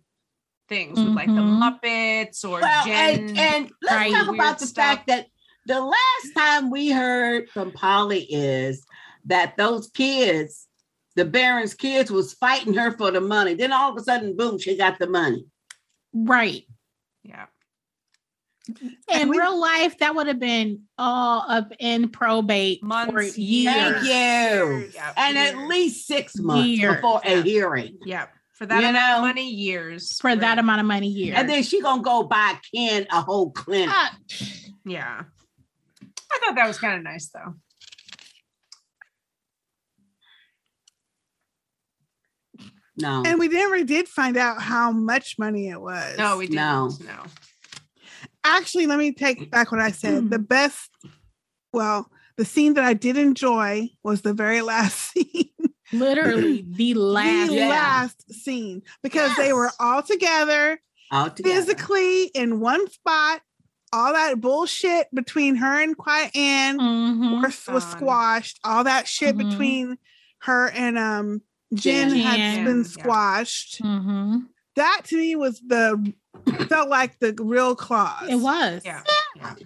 [SPEAKER 2] things with like the
[SPEAKER 1] Mhm.
[SPEAKER 2] Muppets or
[SPEAKER 3] Mm-hmm. Well,
[SPEAKER 2] Jen.
[SPEAKER 3] and, and let's
[SPEAKER 2] right,
[SPEAKER 3] talk
[SPEAKER 2] weird
[SPEAKER 3] about the
[SPEAKER 2] stuff.
[SPEAKER 3] fact that the last time we heard from Polly is that those kids, the Baron's kids, was fighting her for the money. Then all of a sudden, boom, she got the money.
[SPEAKER 1] Right.
[SPEAKER 2] yeah.
[SPEAKER 1] In
[SPEAKER 4] we-
[SPEAKER 1] real life, that would have been all up in probate for
[SPEAKER 2] Months,
[SPEAKER 1] years.
[SPEAKER 3] Thank you.
[SPEAKER 2] Yeah.
[SPEAKER 3] Oh, And at least six months
[SPEAKER 1] Years.
[SPEAKER 3] before a
[SPEAKER 2] Yeah.
[SPEAKER 3] hearing.
[SPEAKER 2] Yeah. For that
[SPEAKER 3] You
[SPEAKER 2] amount of
[SPEAKER 3] know?
[SPEAKER 2] money, years.
[SPEAKER 1] For that
[SPEAKER 2] Right.
[SPEAKER 1] amount of money years.
[SPEAKER 3] And then she gonna go buy Ken a whole clinic.
[SPEAKER 1] Ah,
[SPEAKER 2] Yeah. I thought that was kind of nice though.
[SPEAKER 3] No.
[SPEAKER 4] And we never did find out how much money it was.
[SPEAKER 2] No, we didn't.
[SPEAKER 3] No.
[SPEAKER 2] no.
[SPEAKER 4] actually let me take back what i said the best well the scene that i did enjoy was the very last [LAUGHS] scene
[SPEAKER 1] literally the last.
[SPEAKER 4] the
[SPEAKER 3] Yeah.
[SPEAKER 4] last scene because they were
[SPEAKER 3] Yes.
[SPEAKER 4] all together
[SPEAKER 3] All together.
[SPEAKER 4] physically in one spot all that bullshit between her and quiet ann
[SPEAKER 1] Mhm.
[SPEAKER 4] was, was
[SPEAKER 2] Gone.
[SPEAKER 4] squashed all that shit
[SPEAKER 1] Mhm.
[SPEAKER 4] between her and um jen,
[SPEAKER 3] Jen.
[SPEAKER 4] had been
[SPEAKER 2] Jen, yeah.
[SPEAKER 4] squashed
[SPEAKER 1] Mhm.
[SPEAKER 4] that to me was the felt like the real clause
[SPEAKER 1] It was.
[SPEAKER 2] Yeah.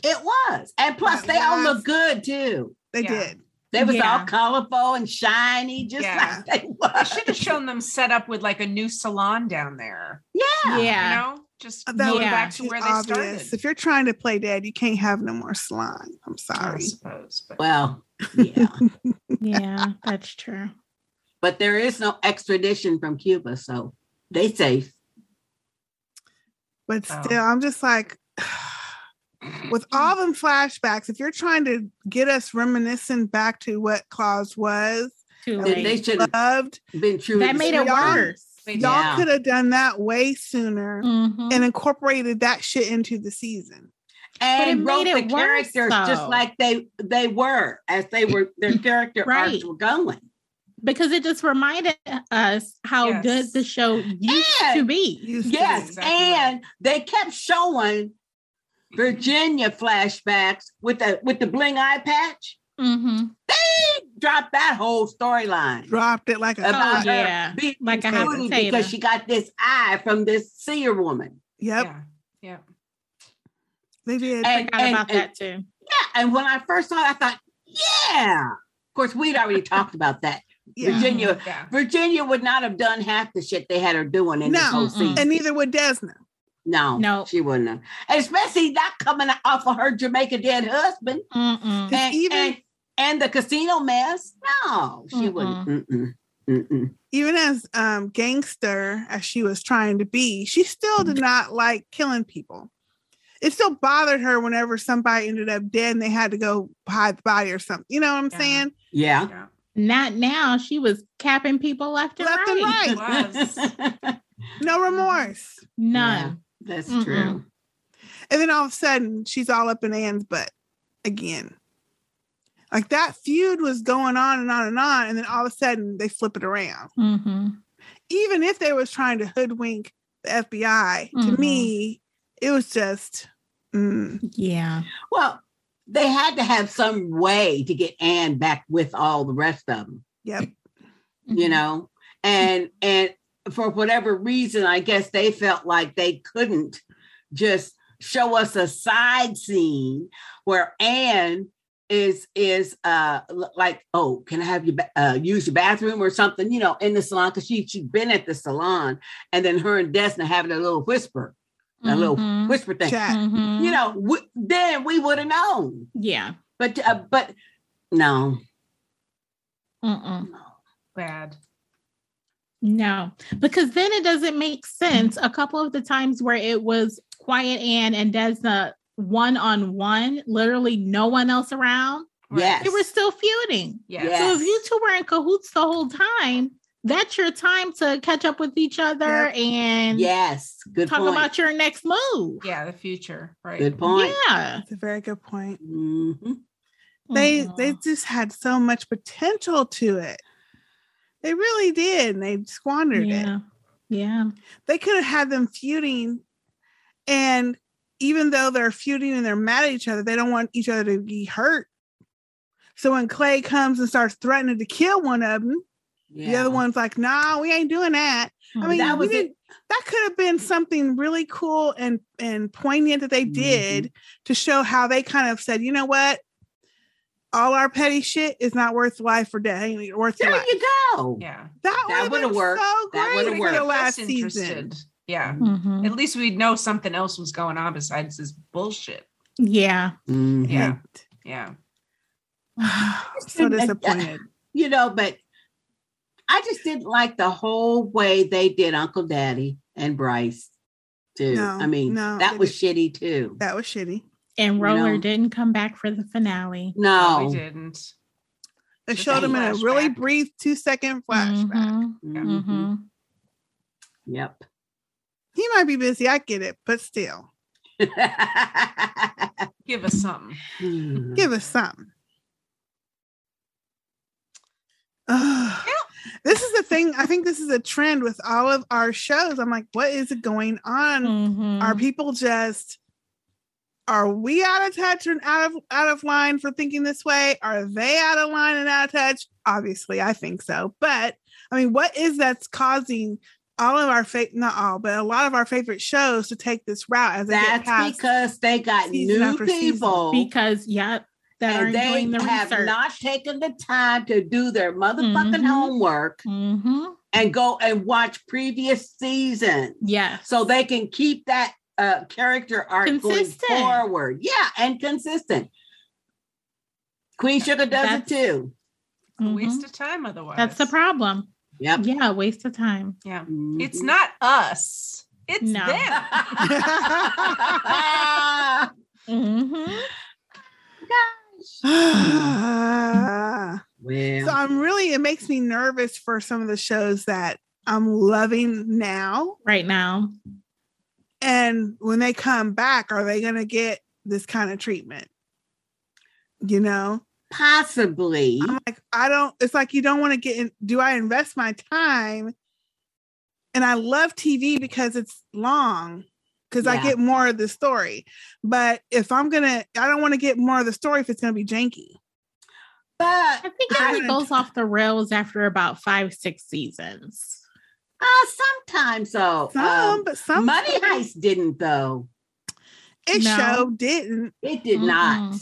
[SPEAKER 3] It was. And plus
[SPEAKER 4] It
[SPEAKER 3] they all
[SPEAKER 4] was.
[SPEAKER 3] look good too.
[SPEAKER 4] they
[SPEAKER 2] Yeah.
[SPEAKER 4] did
[SPEAKER 3] They was
[SPEAKER 1] Yeah.
[SPEAKER 3] all colorful and shiny, just
[SPEAKER 2] Yeah.
[SPEAKER 3] like
[SPEAKER 2] I
[SPEAKER 3] they was.
[SPEAKER 2] should have shown them set up with like a new salon down there.
[SPEAKER 3] Yeah.
[SPEAKER 1] Yeah.
[SPEAKER 2] You know, just
[SPEAKER 4] Uh, That
[SPEAKER 2] going
[SPEAKER 1] was
[SPEAKER 2] back to
[SPEAKER 4] too
[SPEAKER 2] where they
[SPEAKER 4] obvious.
[SPEAKER 2] started.
[SPEAKER 4] If you're trying to play dead, you can't have no more salon. I'm
[SPEAKER 2] I
[SPEAKER 4] sorry.
[SPEAKER 2] suppose. But
[SPEAKER 3] Well,
[SPEAKER 4] [LAUGHS]
[SPEAKER 3] yeah.
[SPEAKER 1] Yeah, that's true.
[SPEAKER 3] [LAUGHS] but there is no extradition from Cuba, so they safe.
[SPEAKER 4] But
[SPEAKER 2] Oh.
[SPEAKER 4] still, I'm just like, [SIGHS] with all them flashbacks, if you're trying to get us reminiscing back to what Claus was,
[SPEAKER 1] Too
[SPEAKER 4] Did
[SPEAKER 3] Then
[SPEAKER 1] late.
[SPEAKER 3] they should have
[SPEAKER 4] loved,
[SPEAKER 3] been true.
[SPEAKER 1] that
[SPEAKER 3] to
[SPEAKER 1] made
[SPEAKER 3] the
[SPEAKER 1] it
[SPEAKER 3] story.
[SPEAKER 4] Y'all-
[SPEAKER 1] worse.
[SPEAKER 2] Wait,
[SPEAKER 4] y'all
[SPEAKER 3] Yeah.
[SPEAKER 4] could have done that way sooner
[SPEAKER 1] Mhm.
[SPEAKER 2] Mm-hmm.
[SPEAKER 4] and incorporated that shit into the season.
[SPEAKER 3] And
[SPEAKER 1] But it
[SPEAKER 3] wrote
[SPEAKER 1] made
[SPEAKER 3] the
[SPEAKER 1] it worse,
[SPEAKER 3] characters
[SPEAKER 1] though.
[SPEAKER 3] just like they they were as they were
[SPEAKER 1] [CLEARS THROAT]
[SPEAKER 3] their character
[SPEAKER 1] Right.
[SPEAKER 3] arcs were going.
[SPEAKER 1] because it just reminded us how
[SPEAKER 2] Yes.
[SPEAKER 1] good the show used
[SPEAKER 3] And-
[SPEAKER 1] to be.
[SPEAKER 4] Used to
[SPEAKER 3] Yes,
[SPEAKER 4] be.
[SPEAKER 2] exactly
[SPEAKER 3] and they kept showing Virginia flashbacks with the with the bling eye patch.
[SPEAKER 1] Mm-hmm.
[SPEAKER 3] Dropped that whole storyline.
[SPEAKER 4] dropped it like a
[SPEAKER 1] About-
[SPEAKER 4] hot-
[SPEAKER 3] about her
[SPEAKER 1] Oh, yeah.
[SPEAKER 3] being
[SPEAKER 1] Like a hot
[SPEAKER 3] booty
[SPEAKER 1] potato.
[SPEAKER 3] because she got this eye from this seer woman.
[SPEAKER 4] Yep,
[SPEAKER 2] yeah.
[SPEAKER 1] [LAUGHS]
[SPEAKER 4] they did.
[SPEAKER 3] And,
[SPEAKER 1] Forgot
[SPEAKER 3] and-
[SPEAKER 1] about
[SPEAKER 3] and-
[SPEAKER 1] that too.
[SPEAKER 3] yeah, and when I first saw it, I thought, yeah. Of course, we'd already talked about that.
[SPEAKER 4] yeah.
[SPEAKER 3] Virginia,
[SPEAKER 2] Yeah.
[SPEAKER 3] Virginia would not have done half the shit they had her doing in this
[SPEAKER 4] No.
[SPEAKER 3] whole
[SPEAKER 1] Mm-mm.
[SPEAKER 3] season.
[SPEAKER 4] And neither would Desna.
[SPEAKER 3] no,
[SPEAKER 1] No.
[SPEAKER 3] she wouldn't have. Especially not coming off of her Jamaica dead husband.
[SPEAKER 1] Mm-mm.
[SPEAKER 4] Cause
[SPEAKER 3] and,
[SPEAKER 4] even-
[SPEAKER 3] and, and the casino mess. No, she wouldn't. Mm-mm. Mm-mm.
[SPEAKER 4] Even as um, gangster as she was trying to be, she still did not like killing people. It still bothered her whenever somebody ended up dead and they had to go hide the body or something. You know what I'm
[SPEAKER 2] Yeah.
[SPEAKER 4] saying?
[SPEAKER 3] Yeah.
[SPEAKER 2] Yeah.
[SPEAKER 1] Not now. She was capping people left and
[SPEAKER 4] Left
[SPEAKER 1] right.
[SPEAKER 4] and
[SPEAKER 2] It
[SPEAKER 4] right,
[SPEAKER 2] was.
[SPEAKER 3] [LAUGHS]
[SPEAKER 4] no remorse.
[SPEAKER 1] None.
[SPEAKER 3] That's
[SPEAKER 1] Mm-mm.
[SPEAKER 3] true.
[SPEAKER 4] And then all of a sudden, she's all up in Anne's butt again. Like that feud was going on and on and on, and then all of a sudden they flip it around.
[SPEAKER 1] Mm-hmm.
[SPEAKER 4] Even if they was trying to hoodwink the FBI,
[SPEAKER 1] Mhm.
[SPEAKER 4] to me, it was just. mm.
[SPEAKER 1] Yeah.
[SPEAKER 3] Well, they had to have some way to get Anne back with all the rest of them,
[SPEAKER 4] Yep.
[SPEAKER 1] Mm-hmm.
[SPEAKER 3] you know? And and for whatever reason, I guess they felt like they couldn't just show us a side scene where Anne is is uh l- like oh can i have you ba- uh use your bathroom or something you know in the salon because she she'd been at the salon and then her and desna having a little whisper a little
[SPEAKER 1] Mhm.
[SPEAKER 3] whisper thing
[SPEAKER 4] Chat.
[SPEAKER 1] Mhm.
[SPEAKER 3] you know we, then we would have known
[SPEAKER 1] Yeah.
[SPEAKER 3] but uh, but no
[SPEAKER 1] Mm-mm.
[SPEAKER 2] Bad.
[SPEAKER 1] No, because then it doesn't make sense. A couple of the times where it was Quiet Ann and Desna one on one, literally no one else around,
[SPEAKER 3] yes
[SPEAKER 1] they were still feuding.
[SPEAKER 2] Yes.
[SPEAKER 3] Yeah.
[SPEAKER 1] So if you two were in cahoots the whole time, that's your time to catch up with each other and
[SPEAKER 3] yes good
[SPEAKER 1] talk
[SPEAKER 3] point
[SPEAKER 1] about your next move.
[SPEAKER 2] Yeah. The future. Right.
[SPEAKER 3] good point
[SPEAKER 1] Yeah.
[SPEAKER 4] That's a very good point.
[SPEAKER 3] Mhm.
[SPEAKER 4] They
[SPEAKER 1] Mhm.
[SPEAKER 4] they just had so much potential to it. They really did, and they squandered it.
[SPEAKER 1] yeah. Yeah.
[SPEAKER 4] They could have had them feuding And even though they're feuding and they're mad at each other, they don't want each other to be hurt. So when Clay comes and starts threatening to kill one of them, the other one's like, nah, we ain't doing that. I mean,
[SPEAKER 3] Hmm. that
[SPEAKER 4] we
[SPEAKER 3] was it.
[SPEAKER 4] didn't- that could have been something really cool and and poignant that
[SPEAKER 3] Mm-hmm.
[SPEAKER 4] they did to show how they kind of said, you know what, all our petty shit is not worth life or death, ain't worth your
[SPEAKER 3] There
[SPEAKER 4] life.
[SPEAKER 3] you go.
[SPEAKER 2] Yeah.
[SPEAKER 4] That,
[SPEAKER 3] That
[SPEAKER 4] would
[SPEAKER 3] would've
[SPEAKER 4] have worked.
[SPEAKER 3] worked.
[SPEAKER 4] So
[SPEAKER 3] That
[SPEAKER 4] great
[SPEAKER 3] would've
[SPEAKER 4] for
[SPEAKER 3] worked.
[SPEAKER 4] the last
[SPEAKER 2] That's
[SPEAKER 3] [SIGHS]
[SPEAKER 4] season.
[SPEAKER 2] interested. Yeah.
[SPEAKER 1] Mhm.
[SPEAKER 3] Mm-hmm.
[SPEAKER 2] At least we'd know something else was going on besides this bullshit.
[SPEAKER 1] Yeah.
[SPEAKER 3] Mhm.
[SPEAKER 2] Yeah. Yeah.
[SPEAKER 4] so
[SPEAKER 3] [LAUGHS]
[SPEAKER 4] disappointed.
[SPEAKER 3] You know, but I just didn't like the whole way they did Uncle Daddy and Bryce too.
[SPEAKER 4] No,
[SPEAKER 3] I mean,
[SPEAKER 4] no,
[SPEAKER 3] that
[SPEAKER 4] they
[SPEAKER 3] was shitty too.
[SPEAKER 4] That was shitty.
[SPEAKER 1] And Roller
[SPEAKER 3] No.
[SPEAKER 1] didn't come back for the finale.
[SPEAKER 3] no.
[SPEAKER 2] We didn't.
[SPEAKER 4] They
[SPEAKER 2] Just
[SPEAKER 4] showed
[SPEAKER 2] a
[SPEAKER 4] him in a really
[SPEAKER 2] flashback.
[SPEAKER 4] brief two second flashback.
[SPEAKER 1] Mhm.
[SPEAKER 3] Mhm.
[SPEAKER 2] Mm-hmm.
[SPEAKER 1] Mhm.
[SPEAKER 3] Yep.
[SPEAKER 4] He might be busy. I get it, but still,
[SPEAKER 2] Give us something.
[SPEAKER 4] Mm-hmm.
[SPEAKER 3] [LAUGHS]
[SPEAKER 4] give us something. Ugh. This is the thing. I think this is a trend with all of our shows. I'm like, what is going on?
[SPEAKER 1] Mhm.
[SPEAKER 3] Mm-hmm.
[SPEAKER 4] Are people just are we out of touch and out of out of line for thinking this way? Are they out of line and out of touch? Obviously, I think so. But I mean, what is that's causing all of our favorite not all, but a lot of our favorite shows to take this route as they get
[SPEAKER 3] That's
[SPEAKER 4] past [SIGHS]
[SPEAKER 3] because they got
[SPEAKER 4] season
[SPEAKER 3] new
[SPEAKER 4] after season.
[SPEAKER 3] people.
[SPEAKER 1] because yep, that
[SPEAKER 3] and
[SPEAKER 1] aren't
[SPEAKER 3] they
[SPEAKER 1] doing the
[SPEAKER 3] have
[SPEAKER 1] research.
[SPEAKER 3] not taken the time to do their motherfucking
[SPEAKER 2] Mm-hmm.
[SPEAKER 1] Mhm.
[SPEAKER 3] homework
[SPEAKER 1] hmm
[SPEAKER 3] and go and watch previous seasons
[SPEAKER 1] Yes.
[SPEAKER 3] so they can keep that uh, character arc
[SPEAKER 1] Consistent.
[SPEAKER 3] going forward. Yeah, and consistent. Queen Sugar does
[SPEAKER 1] That's-
[SPEAKER 3] it too.
[SPEAKER 1] Mhm.
[SPEAKER 2] Waste of time otherwise.
[SPEAKER 1] That's the problem.
[SPEAKER 3] Yep. Mm-hmm.
[SPEAKER 1] Yeah, waste of time.
[SPEAKER 2] Yeah. It's not us. It's
[SPEAKER 1] No. [LAUGHS]
[SPEAKER 2] them.
[SPEAKER 3] [LAUGHS]
[SPEAKER 1] hmm
[SPEAKER 3] well,
[SPEAKER 4] So I'm really it makes me nervous for some of the shows that I'm loving now.
[SPEAKER 1] Right now.
[SPEAKER 4] And when they come back, are they gonna get this kind of treatment? You know?
[SPEAKER 3] possibly.
[SPEAKER 4] I'm like, I don't, it's like you don't want to get in. Do I invest my time? And I love TV because it's long, because I
[SPEAKER 3] Yeah.
[SPEAKER 4] get more of the story. But if I'm going to, I don't want to get more of the story if it's going to be janky.
[SPEAKER 1] I
[SPEAKER 3] But
[SPEAKER 1] think
[SPEAKER 3] I-
[SPEAKER 1] it goes off the rails after about five, six seasons.
[SPEAKER 3] uh, sometimes so.
[SPEAKER 4] Some,
[SPEAKER 3] um,
[SPEAKER 4] but some
[SPEAKER 3] Money Heist didn't though.
[SPEAKER 4] it
[SPEAKER 1] No.
[SPEAKER 4] show didn't.
[SPEAKER 3] It did not.
[SPEAKER 1] Mm-mm.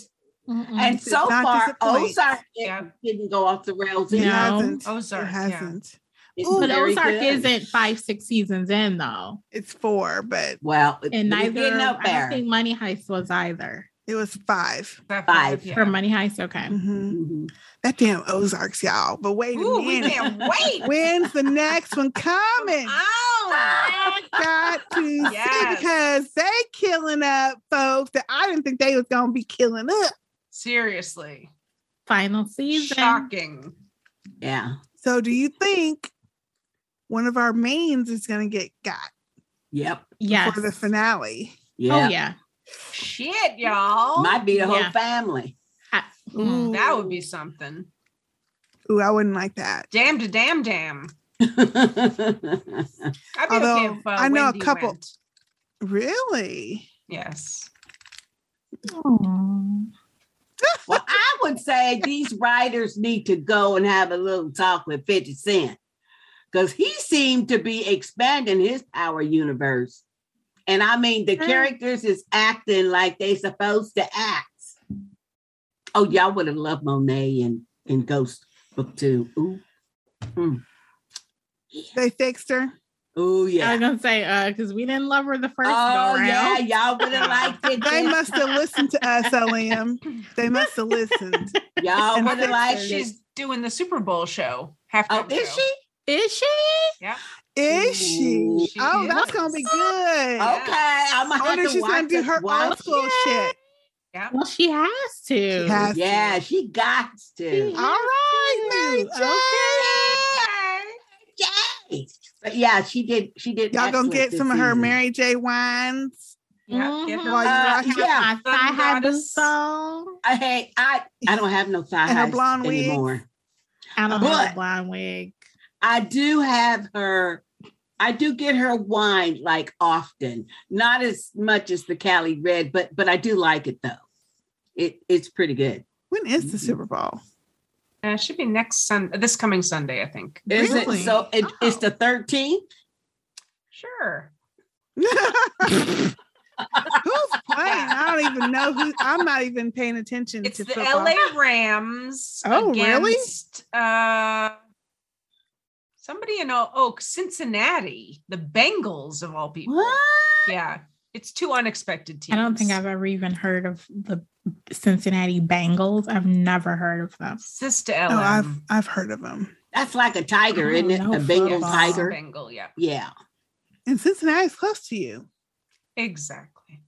[SPEAKER 1] Mm-mm.
[SPEAKER 3] And
[SPEAKER 4] Did
[SPEAKER 3] so
[SPEAKER 4] not
[SPEAKER 3] far,
[SPEAKER 4] disappoint.
[SPEAKER 3] Ozark didn't-
[SPEAKER 2] Yeah.
[SPEAKER 3] didn't go off the rails.
[SPEAKER 4] It
[SPEAKER 1] No.
[SPEAKER 3] either.
[SPEAKER 4] hasn't.
[SPEAKER 2] Ozark,
[SPEAKER 4] it
[SPEAKER 2] yeah.
[SPEAKER 4] hasn't.
[SPEAKER 3] It's
[SPEAKER 4] Ooh,
[SPEAKER 1] But
[SPEAKER 3] very
[SPEAKER 1] Ozark
[SPEAKER 3] good.
[SPEAKER 1] isn't five, six seasons in though.
[SPEAKER 4] It's four, but
[SPEAKER 3] Well,
[SPEAKER 1] And neither
[SPEAKER 3] getting up
[SPEAKER 1] I
[SPEAKER 3] there.
[SPEAKER 1] don't think Money Heist was either.
[SPEAKER 4] it was 5
[SPEAKER 2] That-
[SPEAKER 3] Five.
[SPEAKER 2] yeah.
[SPEAKER 1] For Money Heist, okay.
[SPEAKER 4] Mhm.
[SPEAKER 3] Mhm.
[SPEAKER 4] That damn Ozarks, y'all. But wait a
[SPEAKER 2] Ooh, we
[SPEAKER 1] [LAUGHS]
[SPEAKER 4] minute.
[SPEAKER 2] can't wait.
[SPEAKER 4] When's the next
[SPEAKER 2] [LAUGHS]
[SPEAKER 4] one coming?
[SPEAKER 2] Oh,
[SPEAKER 4] got to see
[SPEAKER 2] Yes.
[SPEAKER 4] because they killing up folks that I didn't think they was gonna be killing up.
[SPEAKER 2] seriously.
[SPEAKER 1] Final season.
[SPEAKER 2] Shocking.
[SPEAKER 3] Yeah,
[SPEAKER 4] So do you think one of our mains is gonna get got
[SPEAKER 3] yep,
[SPEAKER 1] Yes.
[SPEAKER 4] for the finale?
[SPEAKER 3] yeah.
[SPEAKER 1] Oh yeah.
[SPEAKER 2] Shit, y'all.
[SPEAKER 3] Might be the whole
[SPEAKER 1] Yeah.
[SPEAKER 3] family. [LAUGHS]
[SPEAKER 1] I- mm.
[SPEAKER 4] Ooh,
[SPEAKER 2] that would be something.
[SPEAKER 4] Ooh, I wouldn't like that.
[SPEAKER 2] Damn to damn damn. I'd be
[SPEAKER 4] Although,
[SPEAKER 2] okay if, uh,
[SPEAKER 4] I know a
[SPEAKER 2] Wendy
[SPEAKER 4] couple-
[SPEAKER 2] went.
[SPEAKER 4] Really?
[SPEAKER 2] Yes.
[SPEAKER 3] well, I would say these writers need to go and have a little talk with 50 Cent because he seemed to be expanding his power universe. And I mean, the
[SPEAKER 1] Yeah.
[SPEAKER 3] characters is acting like they supposed to act. Oh, y'all would have loved Monet and, and Ghost Book 2. Ooh.
[SPEAKER 4] They fixed her.
[SPEAKER 3] Ooh,
[SPEAKER 1] I was
[SPEAKER 3] yeah.
[SPEAKER 1] gonna say, uh, because we didn't love her the first go
[SPEAKER 3] Oh, yeah.
[SPEAKER 1] round.
[SPEAKER 3] Y'all would have liked
[SPEAKER 1] [LAUGHS]
[SPEAKER 3] it.
[SPEAKER 4] They
[SPEAKER 3] then.
[SPEAKER 4] must have listened to us,
[SPEAKER 2] [LAUGHS]
[SPEAKER 4] LM. They must have listened.
[SPEAKER 3] Y'all
[SPEAKER 4] And
[SPEAKER 3] would have
[SPEAKER 2] Like
[SPEAKER 3] liked
[SPEAKER 2] she's
[SPEAKER 3] it.
[SPEAKER 2] doing the Super Bowl show. Halftime
[SPEAKER 3] Oh, is
[SPEAKER 2] show.
[SPEAKER 3] she?
[SPEAKER 1] Is she?
[SPEAKER 4] Is she?
[SPEAKER 3] Ooh,
[SPEAKER 2] she
[SPEAKER 4] Oh, that's
[SPEAKER 2] is.
[SPEAKER 4] gonna be good.
[SPEAKER 2] Oh,
[SPEAKER 3] Okay. I'm
[SPEAKER 4] I
[SPEAKER 3] going
[SPEAKER 4] wonder if
[SPEAKER 3] to have to
[SPEAKER 4] she's
[SPEAKER 3] watch
[SPEAKER 4] gonna do
[SPEAKER 3] it.
[SPEAKER 4] her old
[SPEAKER 3] Watch
[SPEAKER 4] school shit.
[SPEAKER 2] Yeah.
[SPEAKER 1] Well, she has to.
[SPEAKER 4] She has to.
[SPEAKER 3] Yeah, she got to.
[SPEAKER 1] She
[SPEAKER 4] All right, Mary
[SPEAKER 1] Ooh,
[SPEAKER 3] Jane. But yeah, she did. She did.
[SPEAKER 4] Y'all gonna
[SPEAKER 3] excellent
[SPEAKER 4] get
[SPEAKER 3] this
[SPEAKER 4] some of her
[SPEAKER 3] season.
[SPEAKER 4] Mary J. wines.
[SPEAKER 2] Yeah, get
[SPEAKER 1] Mhm.
[SPEAKER 2] her
[SPEAKER 4] While you
[SPEAKER 3] Uh,
[SPEAKER 4] watch it.
[SPEAKER 3] yeah.
[SPEAKER 1] My thigh high
[SPEAKER 2] Goddess.
[SPEAKER 1] boots on.
[SPEAKER 3] I, Uh, hey, I I don't have no
[SPEAKER 4] [LAUGHS]
[SPEAKER 3] thigh
[SPEAKER 4] And her
[SPEAKER 3] highs
[SPEAKER 4] blonde wigs.
[SPEAKER 3] anymore.
[SPEAKER 1] I don't
[SPEAKER 3] But-
[SPEAKER 1] have a blonde wig.
[SPEAKER 3] I do have her. I do get her wine like often, not as much as the Cali Red, but but I do like it though. It it's pretty good.
[SPEAKER 4] When is the Super
[SPEAKER 3] Mm-hmm. [LAUGHS]
[SPEAKER 4] Bowl? [LAUGHS]
[SPEAKER 2] Uh, it should be next Sunday, this coming Sunday, I think.
[SPEAKER 3] Is
[SPEAKER 4] Really? Oh.
[SPEAKER 3] it? So it, it's the thirteenth.
[SPEAKER 2] Sure.
[SPEAKER 4] Who's playing? I don't even know who. I'm not even paying attention
[SPEAKER 2] It's
[SPEAKER 4] to
[SPEAKER 2] the
[SPEAKER 4] football.
[SPEAKER 2] LA Rams.
[SPEAKER 4] Oh, really?
[SPEAKER 2] against, Uh, somebody in O- oh Cincinnati, the Bengals of all people. Yeah, it's two unexpected
[SPEAKER 1] I
[SPEAKER 2] teams.
[SPEAKER 1] don't think I've ever even heard of the Cincinnati Bengals. I've never heard of them.
[SPEAKER 2] Sister
[SPEAKER 4] Oh,
[SPEAKER 2] Ellen.
[SPEAKER 4] I've I've heard of them.
[SPEAKER 3] That's like a tiger,
[SPEAKER 1] I
[SPEAKER 3] isn't it?
[SPEAKER 1] don't
[SPEAKER 3] A
[SPEAKER 1] know
[SPEAKER 3] Bengal
[SPEAKER 1] Oh, football.
[SPEAKER 3] tiger.
[SPEAKER 2] Bengal. Yeah,
[SPEAKER 1] [LAUGHS]
[SPEAKER 3] Yeah.
[SPEAKER 4] And Cincinnati's close to you.
[SPEAKER 2] exactly.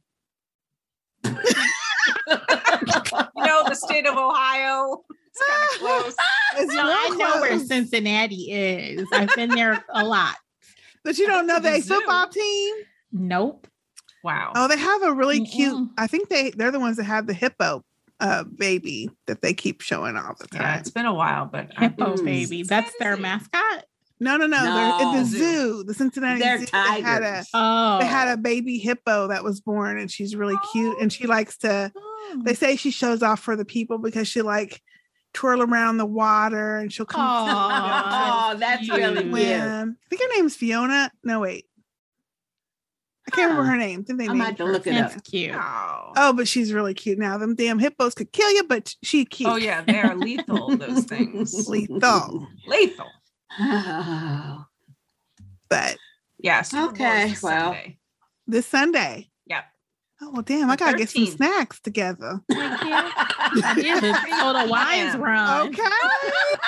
[SPEAKER 2] You know the state of Ohio. It's kind of close.
[SPEAKER 4] It's
[SPEAKER 1] No,
[SPEAKER 4] real
[SPEAKER 1] I know where
[SPEAKER 4] close.
[SPEAKER 1] Cincinnati is. I've been there a lot.
[SPEAKER 4] But you don't know
[SPEAKER 2] the
[SPEAKER 4] the
[SPEAKER 2] zoo.
[SPEAKER 4] football team.
[SPEAKER 1] Nope.
[SPEAKER 2] Wow.
[SPEAKER 4] Oh, they have a really cute.
[SPEAKER 1] Mm-mm.
[SPEAKER 4] I think they they're the ones that have the hippo uh, baby that they keep showing all the
[SPEAKER 2] yeah,
[SPEAKER 4] time.
[SPEAKER 2] it's been a while, but I-
[SPEAKER 1] Hippo
[SPEAKER 3] Mm.
[SPEAKER 1] baby. That's their
[SPEAKER 2] Cincinnati.
[SPEAKER 1] mascot.
[SPEAKER 4] No, no, no. They're at
[SPEAKER 3] No.
[SPEAKER 4] the zoo, the Cincinnati
[SPEAKER 3] They're
[SPEAKER 4] zoo. They had a
[SPEAKER 3] tigers.
[SPEAKER 1] [LAUGHS] Oh.
[SPEAKER 4] they had a baby hippo that was born, and she's really cute, and
[SPEAKER 3] Oh.
[SPEAKER 4] she likes to. They
[SPEAKER 1] Oh,
[SPEAKER 4] say she shows off for the people because she like twirl around the water, and she'll come
[SPEAKER 1] Aw,
[SPEAKER 3] Oh, that's
[SPEAKER 1] cute.
[SPEAKER 3] really
[SPEAKER 4] swim.
[SPEAKER 3] weird.
[SPEAKER 4] I think her name's Fiona. No, wait. I can't remember her name. I think they
[SPEAKER 3] I might
[SPEAKER 4] named
[SPEAKER 3] have to
[SPEAKER 4] her.
[SPEAKER 3] look it up.
[SPEAKER 1] That's cute. [LAUGHS]
[SPEAKER 2] Oh.
[SPEAKER 4] Oh, but she's really cute now. Them damn hippos could kill you, but she cute.
[SPEAKER 2] Oh yeah, they are lethal.
[SPEAKER 4] [LAUGHS]
[SPEAKER 2] Those things, [LAUGHS]
[SPEAKER 4] lethal.
[SPEAKER 2] lethal.
[SPEAKER 3] Oh,
[SPEAKER 4] But
[SPEAKER 2] Yes.
[SPEAKER 3] Okay, well.
[SPEAKER 4] this Sunday.
[SPEAKER 2] Yep.
[SPEAKER 4] Oh well, damn! I gotta get some
[SPEAKER 2] 13th.
[SPEAKER 4] snacks together.
[SPEAKER 3] [LAUGHS]
[SPEAKER 4] [LAUGHS]
[SPEAKER 1] Yeah, the total wise run.
[SPEAKER 4] Okay.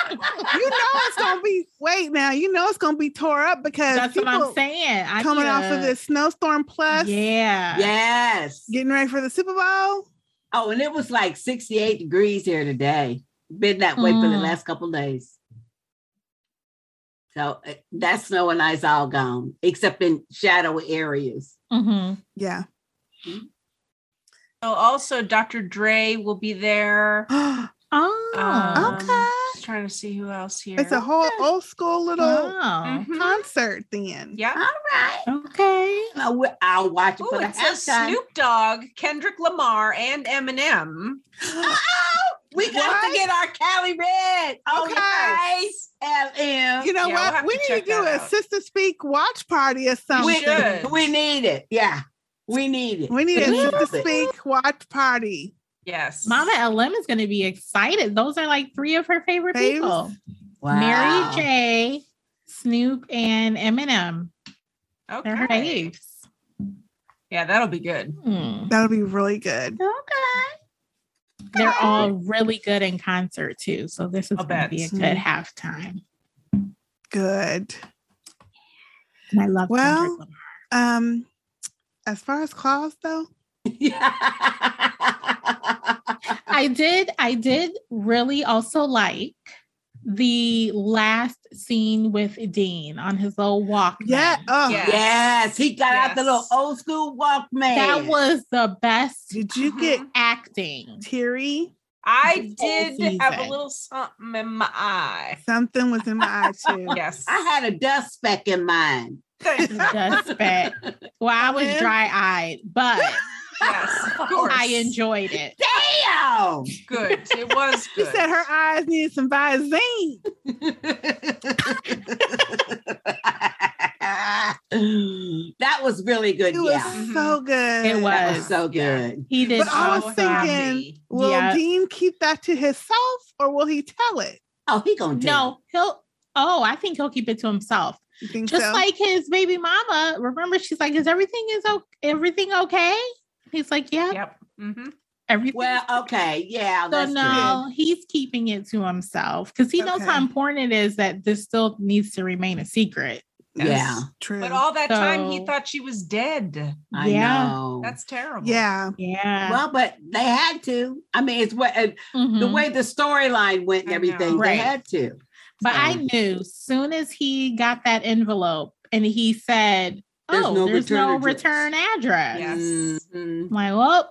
[SPEAKER 4] you know
[SPEAKER 1] [LAUGHS]
[SPEAKER 4] it's gonna
[SPEAKER 2] [LAUGHS]
[SPEAKER 4] be wait now. You know it's gonna be tore up because
[SPEAKER 1] That's what I'm
[SPEAKER 4] people
[SPEAKER 1] saying. I
[SPEAKER 4] coming
[SPEAKER 1] need
[SPEAKER 4] off
[SPEAKER 1] a-
[SPEAKER 4] of this snowstorm plus
[SPEAKER 1] Yeah.
[SPEAKER 3] yes.
[SPEAKER 4] getting ready for the Super Bowl.
[SPEAKER 3] Oh, and it was like 68 degrees here today. Been that way for the
[SPEAKER 1] Mm.
[SPEAKER 3] last couple days. So uh, that snow and ice all gone, except in shadow areas.
[SPEAKER 1] hmm
[SPEAKER 4] Yeah. [GASPS]
[SPEAKER 2] So also, Dr. Dre will be there.
[SPEAKER 4] oh,
[SPEAKER 1] Oh.
[SPEAKER 2] Um,
[SPEAKER 4] okay.
[SPEAKER 2] Just trying to see who else here.
[SPEAKER 4] It's a whole old school little Mm-hmm.
[SPEAKER 1] Wow.
[SPEAKER 2] Mhm.
[SPEAKER 4] concert then.
[SPEAKER 2] Yeah.
[SPEAKER 3] All right.
[SPEAKER 1] Okay.
[SPEAKER 3] Now we- I'll watch it
[SPEAKER 2] Oh,
[SPEAKER 3] for the
[SPEAKER 2] it says
[SPEAKER 3] halftime.
[SPEAKER 2] Snoop Dogg, Kendrick Lamar, and Eminem.
[SPEAKER 3] Oh, we got
[SPEAKER 4] What?
[SPEAKER 3] to get our Cali Red.
[SPEAKER 4] Okay.
[SPEAKER 3] Okay. LM.
[SPEAKER 4] You know
[SPEAKER 2] Yeah, we'll
[SPEAKER 4] what?
[SPEAKER 2] have
[SPEAKER 4] we
[SPEAKER 2] to
[SPEAKER 4] need to
[SPEAKER 2] check
[SPEAKER 4] do a
[SPEAKER 2] that out.
[SPEAKER 4] sister speak watch party or something.
[SPEAKER 3] we,
[SPEAKER 2] should.
[SPEAKER 3] we need it. Yeah. We need it.
[SPEAKER 4] We need
[SPEAKER 3] We
[SPEAKER 4] a
[SPEAKER 3] love
[SPEAKER 4] sister
[SPEAKER 3] it.
[SPEAKER 4] speak watch party.
[SPEAKER 2] Yes.
[SPEAKER 1] Mama LM is going to be excited. Those are like three of her favorite
[SPEAKER 4] Faves?
[SPEAKER 1] people
[SPEAKER 3] Wow.
[SPEAKER 1] Mary
[SPEAKER 3] [LAUGHS]
[SPEAKER 1] J., Snoop, and Eminem. They're her
[SPEAKER 2] Okay.
[SPEAKER 1] faves.
[SPEAKER 2] Yeah, that'll be good.
[SPEAKER 1] Hmm.
[SPEAKER 4] That'll be really good.
[SPEAKER 1] Okay. They're all really good in concert too. So this is
[SPEAKER 2] I'll
[SPEAKER 1] going to
[SPEAKER 2] bet.
[SPEAKER 1] be a good halftime.
[SPEAKER 4] Good.
[SPEAKER 1] And I love
[SPEAKER 4] Well,
[SPEAKER 1] Kendrick Lamar.
[SPEAKER 4] Um, as far as claws though,
[SPEAKER 1] I did. I did really also like the last scene with Dean on his little walk.
[SPEAKER 4] yeah. Oh,
[SPEAKER 2] Yeah.
[SPEAKER 3] yes. He got out the little
[SPEAKER 2] Yes.
[SPEAKER 3] old school Walkman.
[SPEAKER 1] that was the best
[SPEAKER 4] did you get [LAUGHS]
[SPEAKER 1] acting.
[SPEAKER 4] teary?
[SPEAKER 2] I
[SPEAKER 1] This whole
[SPEAKER 2] did have a
[SPEAKER 1] season.
[SPEAKER 2] little something in my eye.
[SPEAKER 4] Something was in my eye too.
[SPEAKER 2] Yes.
[SPEAKER 3] I
[SPEAKER 2] [LAUGHS]
[SPEAKER 3] had a dust speck in mine.
[SPEAKER 1] Just bad. Well, I was
[SPEAKER 4] Ellen?
[SPEAKER 1] dry eyed,
[SPEAKER 4] [LAUGHS]
[SPEAKER 1] but
[SPEAKER 2] yes.
[SPEAKER 3] Oh,
[SPEAKER 2] Of course.
[SPEAKER 1] I enjoyed it.
[SPEAKER 4] [LAUGHS]
[SPEAKER 3] [LAUGHS] Damn. [LAUGHS]
[SPEAKER 2] Good. It was
[SPEAKER 4] She
[SPEAKER 2] good.
[SPEAKER 4] said her eyes needed some Visine.
[SPEAKER 3] that was really good.
[SPEAKER 4] It was
[SPEAKER 3] yeah.
[SPEAKER 4] so good.
[SPEAKER 1] It
[SPEAKER 3] That was
[SPEAKER 1] was.
[SPEAKER 3] so good.
[SPEAKER 1] He did.
[SPEAKER 4] But I was
[SPEAKER 1] awesome.
[SPEAKER 4] thinking- Will
[SPEAKER 1] Yeah.
[SPEAKER 4] Dean keep that to himself or will he tell it?
[SPEAKER 3] Oh, he gonna do
[SPEAKER 1] no, he'll. Oh, I think he'll keep it to himself.
[SPEAKER 4] You think
[SPEAKER 1] Just
[SPEAKER 4] so?
[SPEAKER 1] like his baby mama. Remember, she's like, "Is everything is okay? Everything okay?" He's like, "Yeah,
[SPEAKER 2] Yep.
[SPEAKER 3] [LAUGHS]
[SPEAKER 2] hmm
[SPEAKER 3] it.
[SPEAKER 1] everything."
[SPEAKER 3] Well, okay, yeah,
[SPEAKER 1] So
[SPEAKER 3] that's
[SPEAKER 1] no, he's keeping it to himself because he knows how
[SPEAKER 4] Okay.
[SPEAKER 1] important it is that this still needs to remain a secret.
[SPEAKER 3] good. Yeah,
[SPEAKER 4] True.
[SPEAKER 2] But all that time, he
[SPEAKER 1] So-
[SPEAKER 2] thought she was dead.
[SPEAKER 3] I
[SPEAKER 1] Yeah.
[SPEAKER 3] know.
[SPEAKER 2] That's terrible.
[SPEAKER 4] yeah.
[SPEAKER 1] Yeah.
[SPEAKER 3] well, but they had to. I mean, it's what uh, the
[SPEAKER 1] Mhm.
[SPEAKER 3] way the storyline went and
[SPEAKER 2] I know.
[SPEAKER 3] everything. They
[SPEAKER 1] Right.
[SPEAKER 3] had to.
[SPEAKER 1] But I
[SPEAKER 3] So,
[SPEAKER 1] knew soon as he got that envelope and he said,
[SPEAKER 3] There's
[SPEAKER 1] Oh,
[SPEAKER 3] no
[SPEAKER 1] there's
[SPEAKER 3] return
[SPEAKER 1] no
[SPEAKER 3] address."
[SPEAKER 1] return address.
[SPEAKER 2] Yes.
[SPEAKER 3] Mhm.
[SPEAKER 1] I'm like, oh,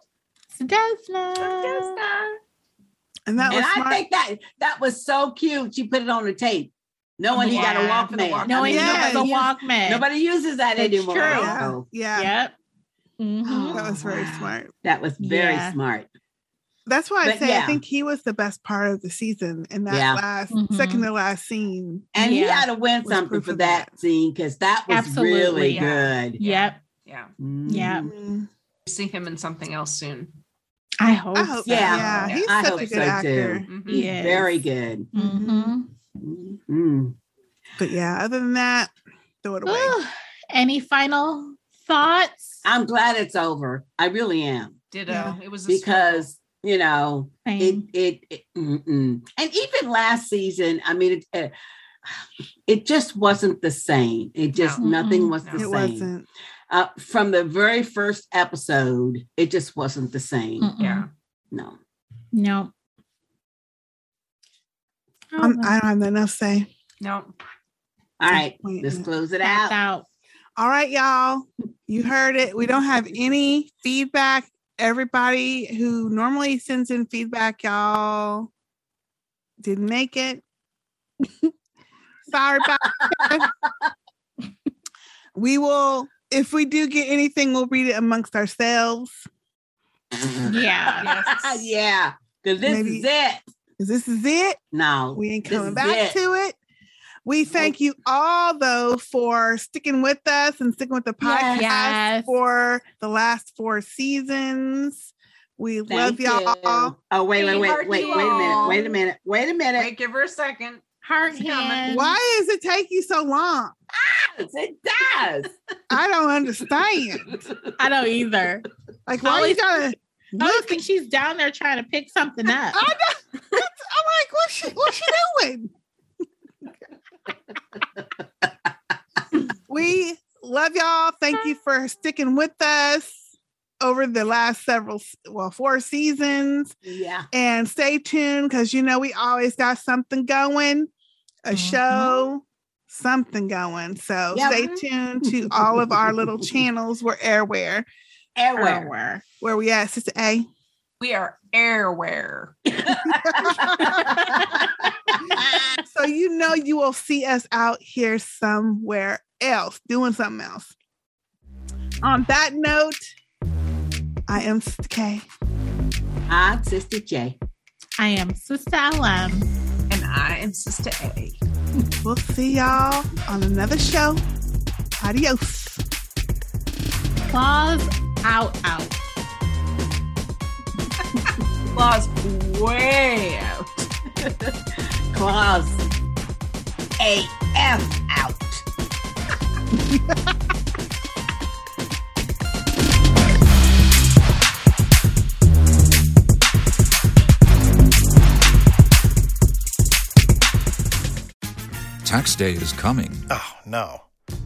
[SPEAKER 1] it's Desna.
[SPEAKER 4] And that
[SPEAKER 3] and
[SPEAKER 4] was
[SPEAKER 3] I
[SPEAKER 4] smart.
[SPEAKER 3] think that that was so cute. She put it on the tape. Knowing he got a
[SPEAKER 1] Yeah.
[SPEAKER 3] Walkman.
[SPEAKER 1] Knowing
[SPEAKER 3] I mean,
[SPEAKER 4] Yes.
[SPEAKER 1] the
[SPEAKER 3] nobody, uses,
[SPEAKER 1] Walkman.
[SPEAKER 3] nobody uses that
[SPEAKER 1] It's
[SPEAKER 3] anymore.
[SPEAKER 1] true.
[SPEAKER 4] Yeah.
[SPEAKER 3] So,
[SPEAKER 4] yeah.
[SPEAKER 1] Yep. Mhm.
[SPEAKER 3] Oh,
[SPEAKER 4] That was very
[SPEAKER 3] Wow.
[SPEAKER 4] smart.
[SPEAKER 3] That was very
[SPEAKER 1] Yeah.
[SPEAKER 3] smart.
[SPEAKER 4] That's why I
[SPEAKER 3] But
[SPEAKER 4] say
[SPEAKER 3] yeah.
[SPEAKER 4] I think he was the best part of the season in that
[SPEAKER 3] Yeah.
[SPEAKER 4] last
[SPEAKER 1] Mhm.
[SPEAKER 4] second to last scene.
[SPEAKER 3] And he
[SPEAKER 1] Yeah.
[SPEAKER 3] had to win
[SPEAKER 4] Was
[SPEAKER 3] something
[SPEAKER 4] proof
[SPEAKER 3] for
[SPEAKER 4] of
[SPEAKER 3] that,
[SPEAKER 4] that.
[SPEAKER 3] scene because that was
[SPEAKER 1] Absolutely.
[SPEAKER 3] really
[SPEAKER 2] Yeah.
[SPEAKER 3] good.
[SPEAKER 1] Yep.
[SPEAKER 2] Yeah.
[SPEAKER 3] Mm.
[SPEAKER 1] Yeah.
[SPEAKER 4] Mhm.
[SPEAKER 2] See him in something else soon.
[SPEAKER 1] I hope.
[SPEAKER 4] I hope.
[SPEAKER 1] so.
[SPEAKER 4] Yeah,
[SPEAKER 3] Yeah.
[SPEAKER 4] he's
[SPEAKER 3] I
[SPEAKER 4] such
[SPEAKER 3] hope
[SPEAKER 4] a good
[SPEAKER 3] so, too.
[SPEAKER 4] actor.
[SPEAKER 2] Mhm.
[SPEAKER 1] He is.
[SPEAKER 3] Very good.
[SPEAKER 1] hmm
[SPEAKER 3] Mm.
[SPEAKER 4] But yeah, other than that, throw it away.
[SPEAKER 1] Any final thoughts?
[SPEAKER 3] I'm glad it's over. I really am
[SPEAKER 2] Ditto.
[SPEAKER 4] Yeah.
[SPEAKER 2] uh, It was a
[SPEAKER 3] because you know it.
[SPEAKER 1] Same.
[SPEAKER 3] It, it mm-mm. and even last season, I mean, it, it it just wasn't the same. It just
[SPEAKER 1] No.
[SPEAKER 3] nothing
[SPEAKER 1] Mm-mm.
[SPEAKER 3] was
[SPEAKER 2] No.
[SPEAKER 3] the
[SPEAKER 4] it
[SPEAKER 3] same
[SPEAKER 4] wasn't.
[SPEAKER 3] Uh, from the very first episode. It just wasn't the same.
[SPEAKER 1] Mm-mm.
[SPEAKER 2] Yeah.
[SPEAKER 3] No,
[SPEAKER 1] No. Oh,
[SPEAKER 4] I'm, Um, I don't have nothing else to say.
[SPEAKER 2] No.
[SPEAKER 3] all right, let's
[SPEAKER 4] Disappointment.
[SPEAKER 3] close it
[SPEAKER 1] That's
[SPEAKER 3] out.
[SPEAKER 1] out.
[SPEAKER 4] All right, y'all. You heard it. We don't have any feedback. Everybody who normally sends in feedback, y'all didn't make it. Sorry about that. We will, if we do get anything, we'll read it amongst ourselves.
[SPEAKER 3] [LAUGHS]
[SPEAKER 1] [LAUGHS] Yeah.
[SPEAKER 2] Yes.
[SPEAKER 3] yeah, because this
[SPEAKER 4] Maybe-
[SPEAKER 3] is it.
[SPEAKER 4] 'Cause This is it.
[SPEAKER 3] No,
[SPEAKER 4] We ain't
[SPEAKER 3] this
[SPEAKER 4] coming
[SPEAKER 3] is
[SPEAKER 4] back
[SPEAKER 3] it.
[SPEAKER 4] to it. We thank you all, though, for sticking with us and sticking with the podcast
[SPEAKER 3] Yes.
[SPEAKER 1] Yes.
[SPEAKER 4] for the last four seasons. We
[SPEAKER 3] Thank
[SPEAKER 4] love y'all.
[SPEAKER 3] you. Oh wait, wait,
[SPEAKER 2] We
[SPEAKER 3] wait,
[SPEAKER 2] heard
[SPEAKER 3] wait, wait a
[SPEAKER 2] you
[SPEAKER 3] minute,
[SPEAKER 2] all.
[SPEAKER 3] wait a minute, wait a minute.
[SPEAKER 2] Wait, give her a second.
[SPEAKER 1] Heart
[SPEAKER 2] It's coming.
[SPEAKER 1] hand.
[SPEAKER 4] Why does it take you so long?
[SPEAKER 3] Yes, it does.
[SPEAKER 4] I don't
[SPEAKER 3] [LAUGHS]
[SPEAKER 4] understand.
[SPEAKER 1] I don't either.
[SPEAKER 4] Like, why are you
[SPEAKER 1] Always-
[SPEAKER 4] gotta
[SPEAKER 1] I always
[SPEAKER 4] look?
[SPEAKER 1] think she's down there trying to pick something up.
[SPEAKER 4] I don't, I'm like, what's she, what's she doing?
[SPEAKER 3] [LAUGHS]
[SPEAKER 4] we love y'all. Thank you for sticking with us over the last several, well, four seasons.
[SPEAKER 3] [LAUGHS] Yeah.
[SPEAKER 4] and stay tuned because you know we always got something going a
[SPEAKER 1] Mhm.
[SPEAKER 4] show something going so
[SPEAKER 3] Yep.
[SPEAKER 4] stay tuned to all of our little channels we're airware
[SPEAKER 3] Everywhere.
[SPEAKER 1] Everywhere.
[SPEAKER 4] where we at sister a
[SPEAKER 2] We are airware.
[SPEAKER 3] Ah,
[SPEAKER 4] so you know you will see us out here somewhere else doing something else on that note i am Sister K.
[SPEAKER 3] I'm Sister J.
[SPEAKER 1] I am Sister LM.
[SPEAKER 2] And I am Sister A.
[SPEAKER 4] we'll see y'all on another show adios
[SPEAKER 1] Claws out, out.
[SPEAKER 2] Claws way out.
[SPEAKER 3] Claws AF out.
[SPEAKER 8] Tax day is coming.
[SPEAKER 9] Oh, no.